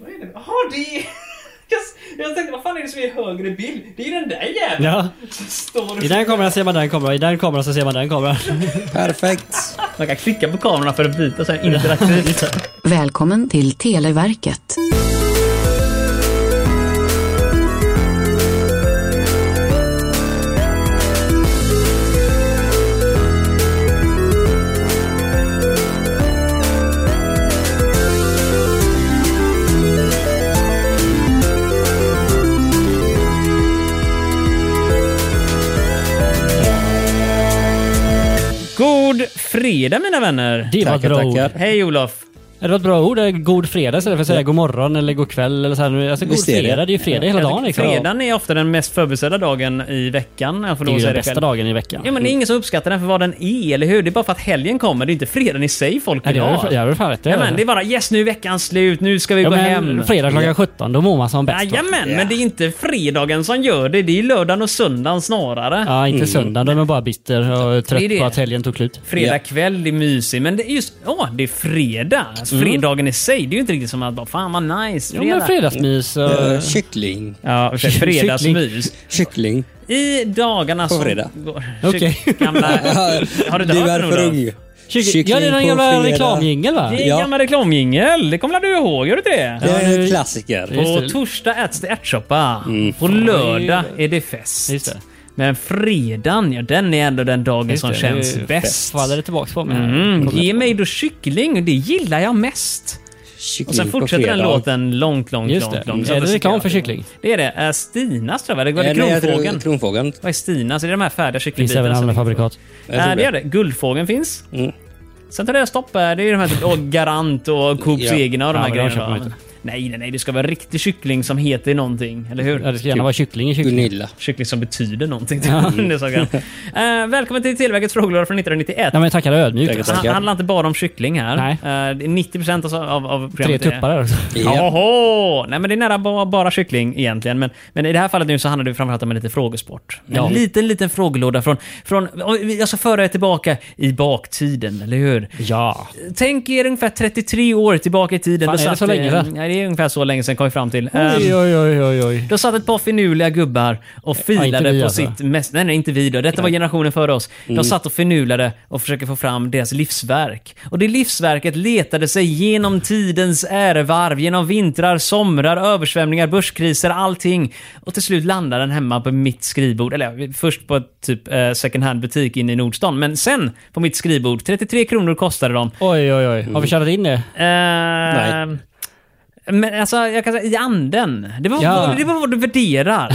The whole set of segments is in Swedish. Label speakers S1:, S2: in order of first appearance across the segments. S1: är det? Jaha, det är... Jag, jag tänkte, vad fan är det som är högre bild? Det är ju den där jäveln!
S2: Ja.
S1: som Står
S2: I den kameran ser man den kameran, i den kameran så ser man den kameran.
S3: Perfekt.
S4: Man kan klicka på kamerorna för att byta så här interaktivt.
S5: Välkommen till Televerket.
S4: God fredag mina vänner!
S2: Det var ett
S3: Tackar,
S2: bra ord.
S3: tackar.
S4: Hej Olof!
S2: Det var ett bra ord. det är God fredag istället för att säga god morgon eller god kväll eller så här. nu. Alltså god
S3: Visst är det.
S2: fredag, det är ju fredag hela
S4: Jag
S2: dagen
S4: tycker
S2: liksom.
S4: Fredagen är ofta den mest förbisedda dagen i veckan. Jag får
S2: Det
S4: lov att
S2: är ju
S4: säga
S2: den
S4: det
S2: bästa
S4: själv.
S2: dagen i veckan. Mm.
S4: Ja, men det är ingen som uppskattar den för vad den är, eller hur? Det är bara för att helgen kommer. Det är inte fredagen i sig folk
S2: Nej,
S4: vill
S2: det
S4: ha.
S2: är väl- det är väl fan rätt. det är
S4: Jajamän, det är bara yes nu är veckan slut, nu ska vi
S2: Ja,
S4: gå
S2: men
S4: hem.
S2: Fredag klockan 17, då mår man som bäst. va?
S4: Jajamän, men det är inte fredagen som gör det. Det är lördagen och söndagen snarare.
S2: Ja, inte söndagen. Då är man bara bitter och
S4: Det är
S2: trött
S4: det.
S2: på att helgen tog slut.
S4: Fredag
S3: Ja.
S4: kväll är mysig, men det är just... Ja, det är fredag. Alltså, Fredagen i sig, det är ju inte riktigt som att bara fan vad nice,
S2: Jo, Mm. men
S4: fredag.
S2: fredagsmys och...
S3: Eh, kyckling.
S4: Ja, och för sig, fredagsmys.
S3: Kyckling.
S4: I dagarna som...
S3: fredag.
S4: går-
S2: Okej.
S4: Gamla... Har du inte
S3: du
S4: hört
S3: är
S4: den,
S3: för
S4: Olof?
S3: ung.
S2: Kyckling ja, det är
S3: på
S2: någon jävla
S3: fredag.
S2: reklamjingel va?
S4: Det är en
S3: Ja.
S4: gammal reklamjingel. Det kommer du ihåg? Gör du inte det?
S3: Det
S2: Ja,
S3: är
S2: nu-
S3: en klassiker.
S2: Just det. Mm.
S4: På torsdag äts det ärtsoppa. På lördag är det fest.
S2: Just det.
S4: Men fredagen, ja den är ändå den dagen
S2: Just
S4: som
S2: det, det
S4: känns
S2: är-
S4: bäst.
S2: Faller det tillbaks på mig här.
S4: Mm, ge mig då kyckling, det gillar jag mest.
S3: Kyckling
S4: Och sen
S3: på
S4: fortsätter den
S3: fredag.
S4: låten långt, långt,
S2: Just
S4: långt,
S2: det.
S4: långt.
S2: Är det
S4: Så
S2: reklam
S4: jag-
S2: för kyckling?
S4: Det är det. Eh, Stinas tror jag, va? det
S3: Eh,
S4: var
S3: nej, jag tror
S4: Kronfågeln.
S3: Kronfågeln.
S4: Vad är Stinas? Är det de här färdiga
S2: Finns
S4: kycklingbitarna?
S2: även
S4: som
S2: andra
S4: ligger på-
S2: fabrikat.
S3: Jag tror
S4: Nej, det gör det. Guldfågeln finns.
S3: Mm.
S4: Sen tar det stopp. eh, Det är de här typ, åh, Garant och Coops
S3: Ja.
S4: egna och de
S2: Ja,
S4: här
S2: men de
S4: grejerna.
S2: köper man
S4: va?
S2: inte.
S4: Nej, nej, nej. Det ska vara riktig kyckling som heter någonting. Eller hur?
S2: Ja, det ska gärna vara kyckling i kyckling.
S3: Gunilla.
S4: Kyckling som betyder någonting. Mm. det sa jag. Eh, välkommen till Televerkets frågelåda från 1991.
S2: Nej men tackar ödmjukt.
S3: Tackar,
S4: Han
S3: tackar.
S4: han handlar inte bara om kyckling här.
S2: Nej.
S4: Eh, det är 90% alltså av, av
S2: Tre
S4: programmet är-
S2: tuppar där också.
S3: Ja.
S4: Jaha! Nej men det är nära bara, bara kyckling egentligen. Men, men i det här fallet nu så handlar det framförallt om en liten frågesport. En liten, liten frågelåda från... från jag ska föra er tillbaka i baktiden, eller hur?
S2: Ja.
S4: Tänk er ungefär 33 år tillbaka i tiden.
S2: Fan,
S4: Då
S2: är det
S4: satt
S2: så länge, va?
S4: Nej, det är ungefär så länge sedan kom vi fram till. Ehm,
S2: Oj, oj, oj, oj, oj.
S4: då satt ett par finurliga gubbar och
S2: inte
S4: filade
S2: vi
S4: på
S2: alltså. Mm.
S4: sitt mest... Nej, nej, inte vi då. Detta var generationen före oss. De satt och finurlade och försökte få fram deras livsverk. Och det livsverket letade sig genom tidens ärevarv, genom vintrar, somrar, översvämningar, börskriser, allting. Och till slut landade den hemma på mitt skrivbord. Eller ja, först på ett typ eh, second hand-butik inne i Nordstan, men sen på mitt skrivbord. 33 kronor kostade de.
S2: Oj, oj, oj. Har vi tjänat in det?
S4: Eh, Ehm, Men alltså, jag kan säga i anden. Det var,
S2: Ja. Mm.
S4: det var vad du värderar.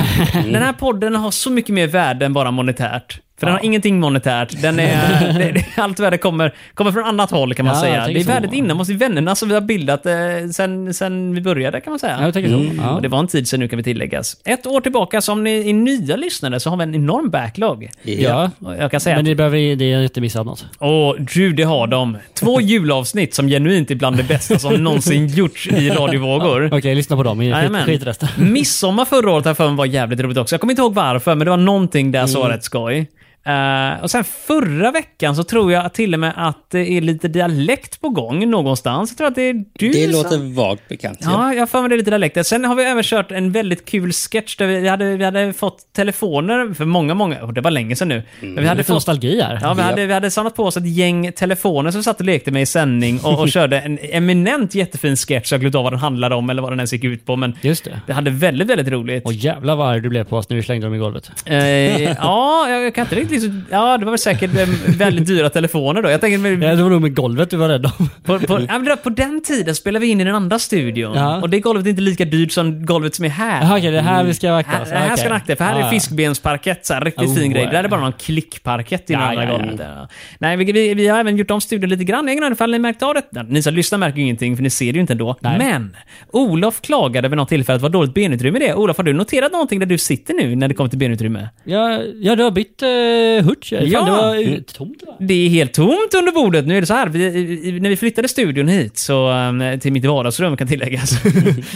S4: Den här podden har så mycket mer värde än bara monetärt. För den har ingenting monetärt. Den är, det, det, allt värde kommer, kommer från annat håll kan man
S2: Ja, jag
S4: säga. Det
S2: tänker
S4: är
S2: så.
S4: värdet inom oss, i vännerna som vi har bildat eh, sen, sen vi började kan man säga.
S2: Ja, jag tänker så. Ja.
S4: Och Mm. det var en tid sedan nu kan vi tilläggas. Ett år tillbaka, som ni är nya lyssnare, så har vi en enorm backlog.
S2: Ja.
S4: Och Jag kan säga att-
S2: Men det behöver det är inte missat något.
S4: Åh, du, det har de. Två julavsnitt som genuint är bland det bästa som någonsin gjorts i radiovågor.
S2: Okej, lyssna på dem. Skit,
S4: Jajamän.
S2: skit resten.
S4: Midsommar förra året här för mig var jävligt roligt också. Jag kommer inte ihåg varför, men det var någonting där
S2: Mm.
S4: som var rätt skoj. Eh, och sen förra veckan så tror jag till och med att det är lite dialekt på gång någonstans. Jag tror att det är du
S3: Det
S4: som-
S3: låter vagt bekant. Ja.
S4: Ja, jag har för mig det är lite dialekter. Sen har vi även kört en väldigt kul sketch där vi hade, vi hade fått telefoner för många, många... och Det var länge sedan nu. Men vi hade
S2: Mm. Lite
S4: fått
S2: nostalgi här.
S4: Ja, vi hade, vi hade samlat på oss ett gäng telefoner som satt och lekte med i sändning och, och körde en eminent jättefin sketch. Jag har glömt av vad den handlade om eller vad den ens gick ut på, men
S2: Just det.
S4: vi hade väldigt, väldigt roligt.
S2: Och jävla vad arg du blev på oss när vi slängde dem i golvet.
S4: Eh, ja, jag kan inte riktigt... Liksom, ja, det var väl säkert eh, väldigt dyra telefoner då. Jag tänker, men-
S2: Ja, det var nog med golvet du var rädd om.
S4: på, på, ja, men det var- på den tiden spelade vi in i den andra studion
S2: Ja.
S4: och det golvet är inte lika dyrt som golvet som är här.
S2: Jaha, okej, det här vi ska vakta
S4: Här,
S2: oss.
S4: Mm. det här ska
S2: Okej.
S4: ni akta er för här
S2: Ja,
S4: är
S2: Ah, ja.
S4: fiskbensparkett. Så här, riktigt
S2: Oh,
S4: fin grej. Det här är
S2: ja.
S4: bara någon klickparkett i den
S2: Ja,
S4: andra
S2: ja, ja.
S4: golvet. där. Nej, vi, vi, vi har även gjort om studion lite grann. Jag vet inte ifall ni märkt av det. Ja, Ni som lyssnar märker ju ingenting, för ni ser det ju inte ändå. Men Olof klagade vid något tillfälle att vad dåligt benutrymme det är. Olof, har du noterat någonting där du sitter nu när det kommer till benutrymme?
S2: Ja, ja, du har bytt eh, eh, Hutch. Fan,
S4: Ja.
S2: det var eh, tomt va?
S4: Det är helt tomt under bordet. Nu är det så här, vi, i- i- när vi flyttade studion hit, så, eh, till mitt vardagsrum kan tilläggas,
S2: Nej,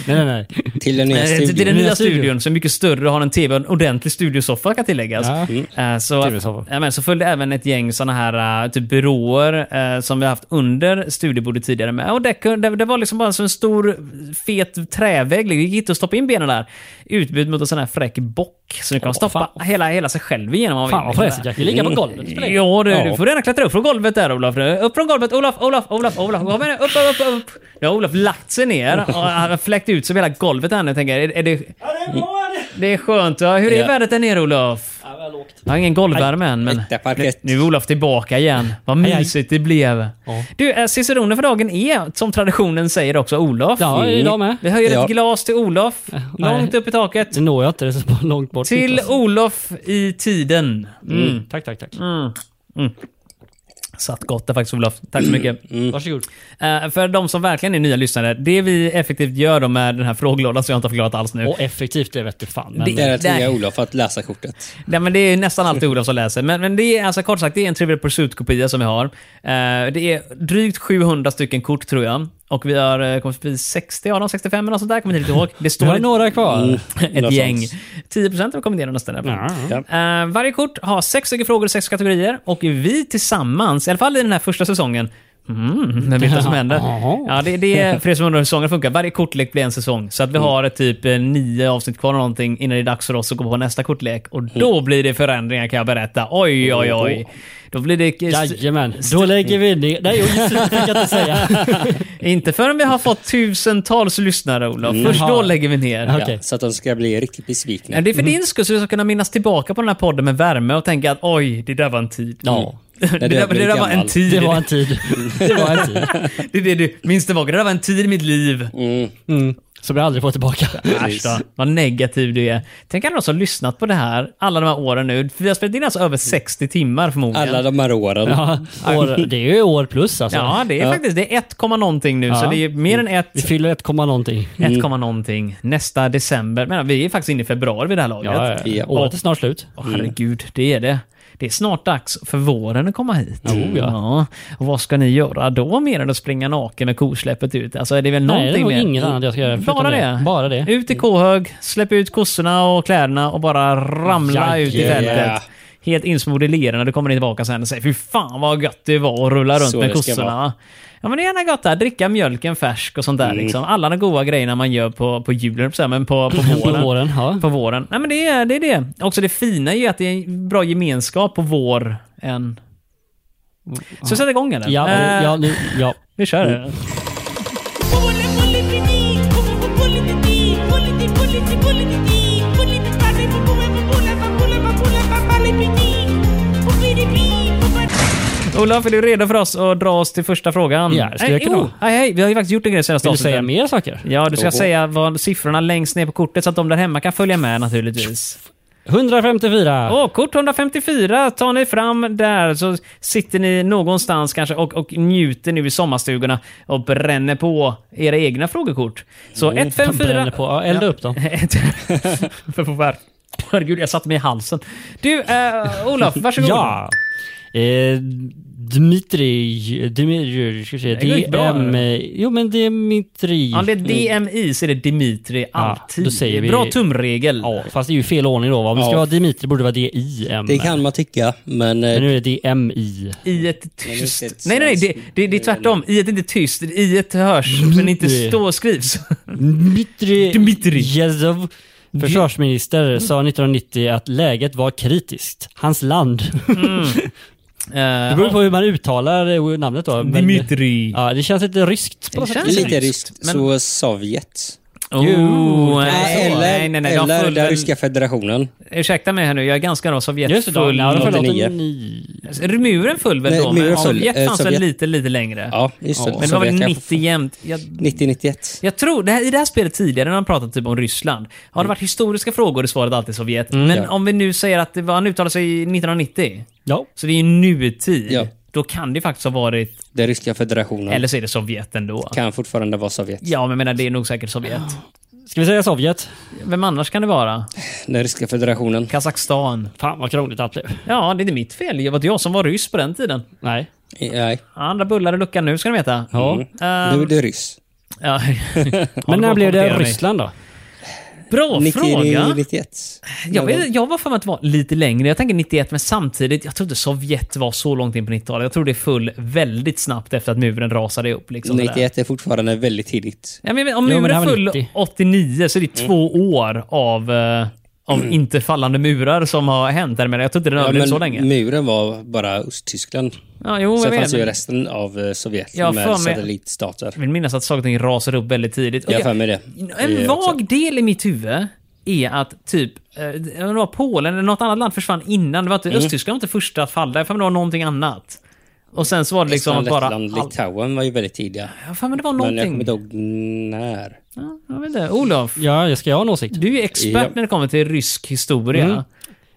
S2: nej, nej.
S3: Till den nya
S4: Eh, till-
S3: studion.
S4: Till den nya
S2: Nya studion.
S4: studion, som är mycket större och har en TV, en ordentlig studiosoffa kan tilläggas.
S2: Ja.
S4: Eh, Så,
S2: TV-soffa.
S4: ja, men, så följde även ett gäng såna här eh, typ byråer eh, som vi haft under studiebordet tidigare med. Och det, kunde, det var liksom bara så en stor fet trävägg. Det gick inte att stoppa in benen där. Utbytt mot en sån här fräck bock. Så nu kan man stoppa hela, hela sig själv igenom. om man
S2: Fan
S4: vill. liksom.
S2: vad fräsigt. Jag kan ligga på golvet och spela in.
S4: Ja du,
S3: Ja.
S4: du får gärna klättra upp från golvet där Olof. Upp från golvet, Olof, Olof, Olof, Olof. Kom igen, upp, upp, upp, upp. Nu har Olof lagt sig ner och han har fläkt ut sig över hela golvet här nu. Jag Tänker, är, är det,
S1: Ja, det är bra det!
S4: det är skönt. va? Hur är
S3: Ja.
S4: vädret där nere Olof?
S1: Ja, väl åkt.
S4: Jag har ingen golvvärme än men...
S3: Äkta parkett.
S4: Nu är Olof tillbaka igen. Vad
S2: aj.
S4: mysigt det blev.
S2: Ja.
S4: Du, eh, ciceronen för dagen är, som traditionen säger också, Olof. Mm.
S2: Ja, idag med.
S4: Vi höjer
S3: Ja.
S4: ett glas till Olof, långt upp i taket.
S2: Det når jag inte, det är så långt bort.
S4: Till Olof i tiden. Mm.
S2: Mm. Tack, tack, tack.
S4: Satt gott där faktiskt Olof. Tack så mycket.
S2: Mm. Varsågod.
S4: Eh, för de som verkligen är nya lyssnare, det vi effektivt gör då med den här frågelådan som jag inte har förklarat alls nu.
S2: Och effektivt, det vette fan. Men...
S4: Det-
S2: Det...
S3: Det är att
S4: Nej.
S3: ringa Olof att läsa kortet.
S4: Nej, men det är nästan alltid Olof som läser. Men, men det är alltså kort sagt, det är en Trivial Pursuit-kopia som vi har. Eh, det är drygt 700 stycken kort tror jag. Och vi har eh, kommit förbi 60 av dem, 65 eller något sånt där. Kommer inte riktigt ihåg. Det
S2: Du
S4: står
S2: har
S4: ett,
S2: några kvar.
S4: ett
S3: något
S4: gäng.
S3: sånt.
S4: 10% har kommit igenom nästan. i alla fall.
S2: Mm. Ja.
S3: Ja.
S4: Eh, varje kort har sex stycken frågor och sex kategorier och vi tillsammans, i alla fall i den här första säsongen, mm, vem vet vad som händer?
S2: Jaha.
S4: Ja, det, det är, för er som undrar hur säsongen funkar, varje kortlek blir en säsong. Så att vi har typ eh, nio avsnitt kvar eller någonting innan det är dags för oss att gå på nästa kortlek. Och då blir det förändringar kan jag berätta. Oj, oj, oj. Då blir det...
S2: Jajamän. Då lägger vi ner... Nej, oj, slut fick jag inte säga.
S4: Inte förrän vi har fått tusentals lyssnare, Olof. Först då
S2: Jaha.
S4: lägger vi ner.
S2: Okej.
S3: Ja, så att de ska bli riktigt besvikna.
S4: Ja, det är för din skull så du ska kunna minnas tillbaka på den här podden med värme och tänka att oj, det där var en tid.
S3: Ja.
S4: Det,
S3: När du
S4: där,
S3: blir
S4: det där var
S3: gammal.
S4: en tid.
S2: Det var en tid. Det var en tid.
S4: Det är det du minns tillbaka. Det där var en tid i mitt liv.
S3: Mm.
S2: Mm. Som jag aldrig får tillbaka.
S4: Äsch då, vad negativ du är. Tänk alla de som har lyssnat på det här alla de här åren nu. Vi har spelat in alltså över 60 timmar förmodligen.
S3: Alla de här åren.
S2: Ja, år, det är ju år plus alltså.
S4: Ja, det är faktiskt det är 1, komma någonting nu. Så
S2: Ja. Mm.
S4: det är mer än
S2: Vi
S4: 1,
S2: fyller ett komma någonting.
S4: 1, komma någonting. Nästa december. Men vi är faktiskt inne i februari vid det här laget.
S2: Ja,
S3: Ja.
S2: ja. Året är snart slut.
S4: Åh, herregud, det är det. Det är snart dags för våren att komma hit.
S2: Oh, ja.
S4: Och vad ska ni göra då mer än att springa naken med kosläppet ut? Alltså är det väl
S2: Nej, det är
S4: någonting Mm.
S2: nog
S4: mer?
S2: inget annat jag ska göra. förutom
S4: Bara det.
S2: Bara det.
S4: Ut i kohög, släpp ut kossorna och kläderna och bara ramla
S2: Ja,
S4: ut i
S2: ja.
S4: fältet. Helt insmord i lera när du kommer tillbaka sen och säger fy fan vad gött det var att rulla runt
S3: Så
S4: med
S3: det ska
S4: kossorna.
S3: vara.
S4: Ja men det är gärna gott där. Dricka mjölken färsk och sånt där. Liksom. Alla de goda grejerna man gör på, på julen, så här, men på, på
S2: På
S4: våren.
S2: våren, ja.
S4: På våren. Nej men det är det. Är det. Också det fina är ju att det är en bra gemenskap på vår än... Så sätt igång eller?
S2: Ja,
S4: Eh,
S2: ja, nu, ja.
S4: Vi kör.
S6: Bully, bully, bully, bully, bully, bully, bully, bully, bully, bully, bully,
S4: Olof, är du redo för oss att dra oss till första frågan?
S2: Ja, det skulle jag
S4: Nej,
S2: kunna.
S4: oh, hej, hej, vi har ju faktiskt gjort en grej senaste
S2: Vill du säga
S4: avsnittet.
S2: mer saker?
S4: Ja, du ska
S3: Oho.
S4: säga vad siffrorna längst ner på kortet så att de där hemma kan följa med naturligtvis.
S2: 154.
S4: Åh, kort 154 tar ni fram där så sitter ni någonstans kanske och, och njuter nu i sommarstugorna och bränner på era egna frågekort. Så
S2: Fan,
S4: 154...
S2: bränner på. Ja, elda upp dem.
S4: För att få värme. Herregud, jag satte mig i halsen. Du, eh, Olof, varsågod.
S2: Ja. Eh, Dmitri... Dmitri... Ska vi säga.
S4: Det går inte bra,
S2: DM... eh, Jo, men Dmitri...
S4: Om det är DMI så är det Dimitri alltid.
S2: då säger vi-
S4: Bra tumregel.
S2: Ja, fast det är ju fel ordning då. va? Om det ska
S3: Ja.
S2: vara Dimitri borde det vara D-I-M.
S3: Det kan man tycka, men... eh,
S2: Men nu är det D-M-I.
S4: I ett
S3: Men det är inte
S4: tyst...
S3: ett
S4: Nej, nej, nej. Det,
S3: svenskt-
S4: det, det är tvärtom. I ett inte tyst. I ett hörs, men inte Eh,
S2: Dimitri.
S4: stå och skrivs.
S2: Dmitri,
S4: Dmitri.
S2: Jezov, försvarsminister, sa 1990 att läget var kritiskt. Hans land. Det
S4: Eh,
S2: beror på hur man uttalar eh, namnet då. men-
S4: Dimitri.
S2: Ja, det känns lite ryskt på något
S4: Det
S2: sätt.
S3: Det är lite
S4: ryskt,
S3: ryskt.
S4: men-
S3: Så Sovjet.
S4: Oh,
S2: Jo,
S4: eh,
S3: Nej,
S4: så.
S3: eller,
S4: nej, nej, nej. de
S3: eller
S4: föll
S3: den
S4: väl-
S3: ryska federationen.
S4: Ursäkta mig här nu, jag är ganska då Sovjet
S2: Just det, då.
S4: full.
S2: Ja, de föll
S3: 89.
S2: 89.
S4: Muren föll väl
S3: Nej,
S4: då, men
S3: muren föll.
S4: Sovjet
S3: Eh,
S4: fanns väl
S3: Sovjet-
S4: lite, lite längre?
S3: Ja, just det.
S4: Men det var
S3: Sovjet
S4: väl
S3: kanske-
S4: 90 jämnt? Jag,
S3: 90-91.
S4: jag tror, det här, i det här spelet tidigare när man pratat typ om Ryssland, har
S2: Mm.
S4: det varit historiska frågor i svaret alltid Sovjet. men
S3: Ja.
S4: om vi nu säger att det var, han uttalade sig i 1990,
S2: Ja.
S4: så det är ju nutid.
S3: Ja.
S4: Då kan det faktiskt ha varit,
S3: Den ryska federationen
S4: eller så är det Sovjet ändå.
S3: kan fortfarande vara Sovjet.
S4: Ja, men jag menar det är nog säkert Sovjet.
S2: Ska vi säga Sovjet?
S4: Vem annars kan det vara?
S3: Den ryska federationen.
S4: Kazakstan.
S2: Fan vad krångligt allt blev.
S4: Ja, det är inte mitt fel. Det var inte jag som var ryss på den tiden.
S2: Nej.
S3: Nej.
S4: Andra bullar i luckan nu ska ni veta. Ja. Eh,
S3: Mm. Nu är det ryss.
S4: ja.
S2: Men när blev det
S4: kommentera mig.
S2: Ryssland då?
S4: Bra
S3: 90,
S4: fråga.
S3: 91.
S4: Jag, vet, jag var för mig att det var lite längre. Jag tänker 91, men samtidigt, jag tror inte Sovjet var så långt in på 90-talet. Jag tror det föll väldigt snabbt efter att muren rasade upp. Liksom, sådär.
S3: 91 är fortfarande väldigt tidigt.
S4: Ja, men om
S2: Jo, men det
S4: muren
S2: här var Mm.
S4: föll
S2: 90.
S4: 89 så är det två år av, eh, av
S2: Mm.
S4: inte fallande murar som har hänt. Där, men jag tror inte den
S3: Ja,
S4: överdrev
S3: men
S4: så länge.
S3: muren var bara Östtyskland.
S4: Ja, jo, jag
S3: Sen
S4: vet.
S3: fanns ju resten av eh, Sovjet
S4: Ja, för
S3: med
S4: mig-
S3: satellitstater.
S4: Jag vill minnas att saker och ting rasade upp väldigt tidigt.
S3: Jag har
S4: Okej,
S3: för mig det. Det
S4: En
S3: är
S4: vag
S3: också-
S4: del i mitt huvud är att typ, eh, det var Polen eller något annat land försvann innan. Det var inte,
S3: Mm.
S4: Östtyskland var inte första att falla, jag för mig det var någonting annat. Och sen så var det liksom att
S3: Estland,
S4: bara...
S3: Lettland,
S4: all-
S3: Litauen var ju väldigt tidiga.
S4: Ja, för mig det var
S3: Men jag
S4: någonting.
S3: kommer inte ihåg när.
S4: Ja, jag vet inte. Olof,
S2: Ja, jag ska jag ha en åsikt?
S4: du är expert
S3: Ja.
S4: när det kommer till rysk historia.
S2: Mm.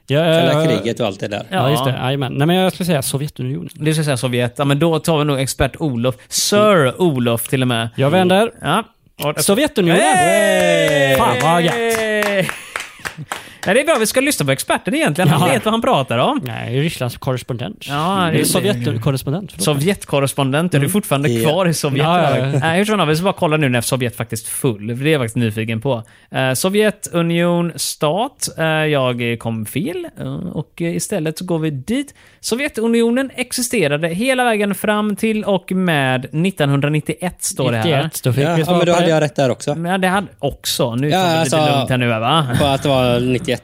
S2: Jag,
S3: Kalla
S2: jag,
S3: kriget och allt det där.
S4: Ja.
S2: Ja, just det. Jajamän. Nej, men jag skulle säga Sovjetunionen.
S4: Det ska jag säga Sovjet. Ja, men då tar vi nog expert Olof. Sir Olof till och med.
S2: Jag vänder.
S4: Ja. Och-
S2: Sovjetunionen! Fan vad gött!
S4: Ja, det är bra, vi ska lyssna på experten egentligen. Han
S2: Ja.
S4: vet vad han pratar om.
S2: Nej, Rysslands korrespondent.
S4: Ja,
S2: det är
S4: det-
S2: Sovjetkorrespondent. förlåt.
S4: Sovjetkorrespondent, är du fortfarande
S3: Ja.
S4: kvar i Sovjet?
S2: Ja, ja, ja.
S4: Nej, hur som helst, vi ska bara kolla nu när Sovjet faktiskt full. för Det är jag faktiskt nyfiken på. Eh, Sovjetunion, stat. Eh, jag kom fel eh, och eh, istället så går vi dit. Sovjetunionen existerade hela vägen fram till och med 1991 står det här.
S2: 91, då fick
S3: Ja,
S2: vi
S3: ja,
S2: svara
S3: men då
S2: på
S3: hade
S2: det.
S3: jag rätt där också.
S4: Men det hade också. Nu tar
S3: Ja,
S4: vi det lite
S3: alltså-
S4: lugnt här nu va?
S3: På att det var 91.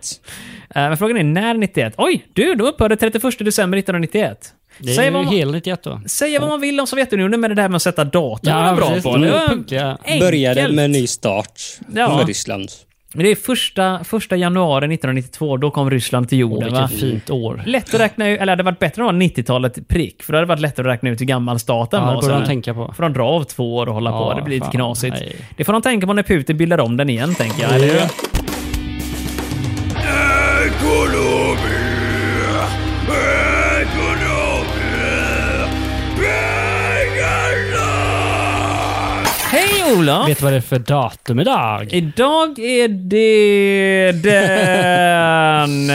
S4: Eh, Men frågan är när 91? Oj, du, de upphörde 31 december 1991.
S2: Det är
S4: Säg
S2: ju
S4: vad, man,
S2: helt rätt då.
S4: säg vad man vill om Sovjetunionen, men det där med att sätta datum
S2: Ja,
S4: var de bra
S2: precis.
S4: på. Det var
S2: Mm, punktliga.
S4: enkelt.
S3: Började med en ny start
S4: Ja.
S3: med Ryssland.
S4: Men Det är första, första januari 1992, då kom Ryssland till
S2: Åh,
S4: jorden. va?
S2: vilket fint år.
S4: Lätt att räkna ut, eller det hade varit bättre att ha 90-talet prick, för då hade det varit lättare att räkna ut hur gammal staten
S2: Ja,
S4: var.
S2: det borde
S4: sen.
S2: de tänka på.
S4: För de drar av två år och hålla på,
S2: Ja,
S4: det blir lite
S2: fan,
S4: knasigt.
S2: nej. Mm.
S4: Det får de tänka på när Putin bildar om den igen, tänker jag. Eller hur? Hej Ola!
S2: Vet du vad det är för datum idag?
S4: Idag är det den...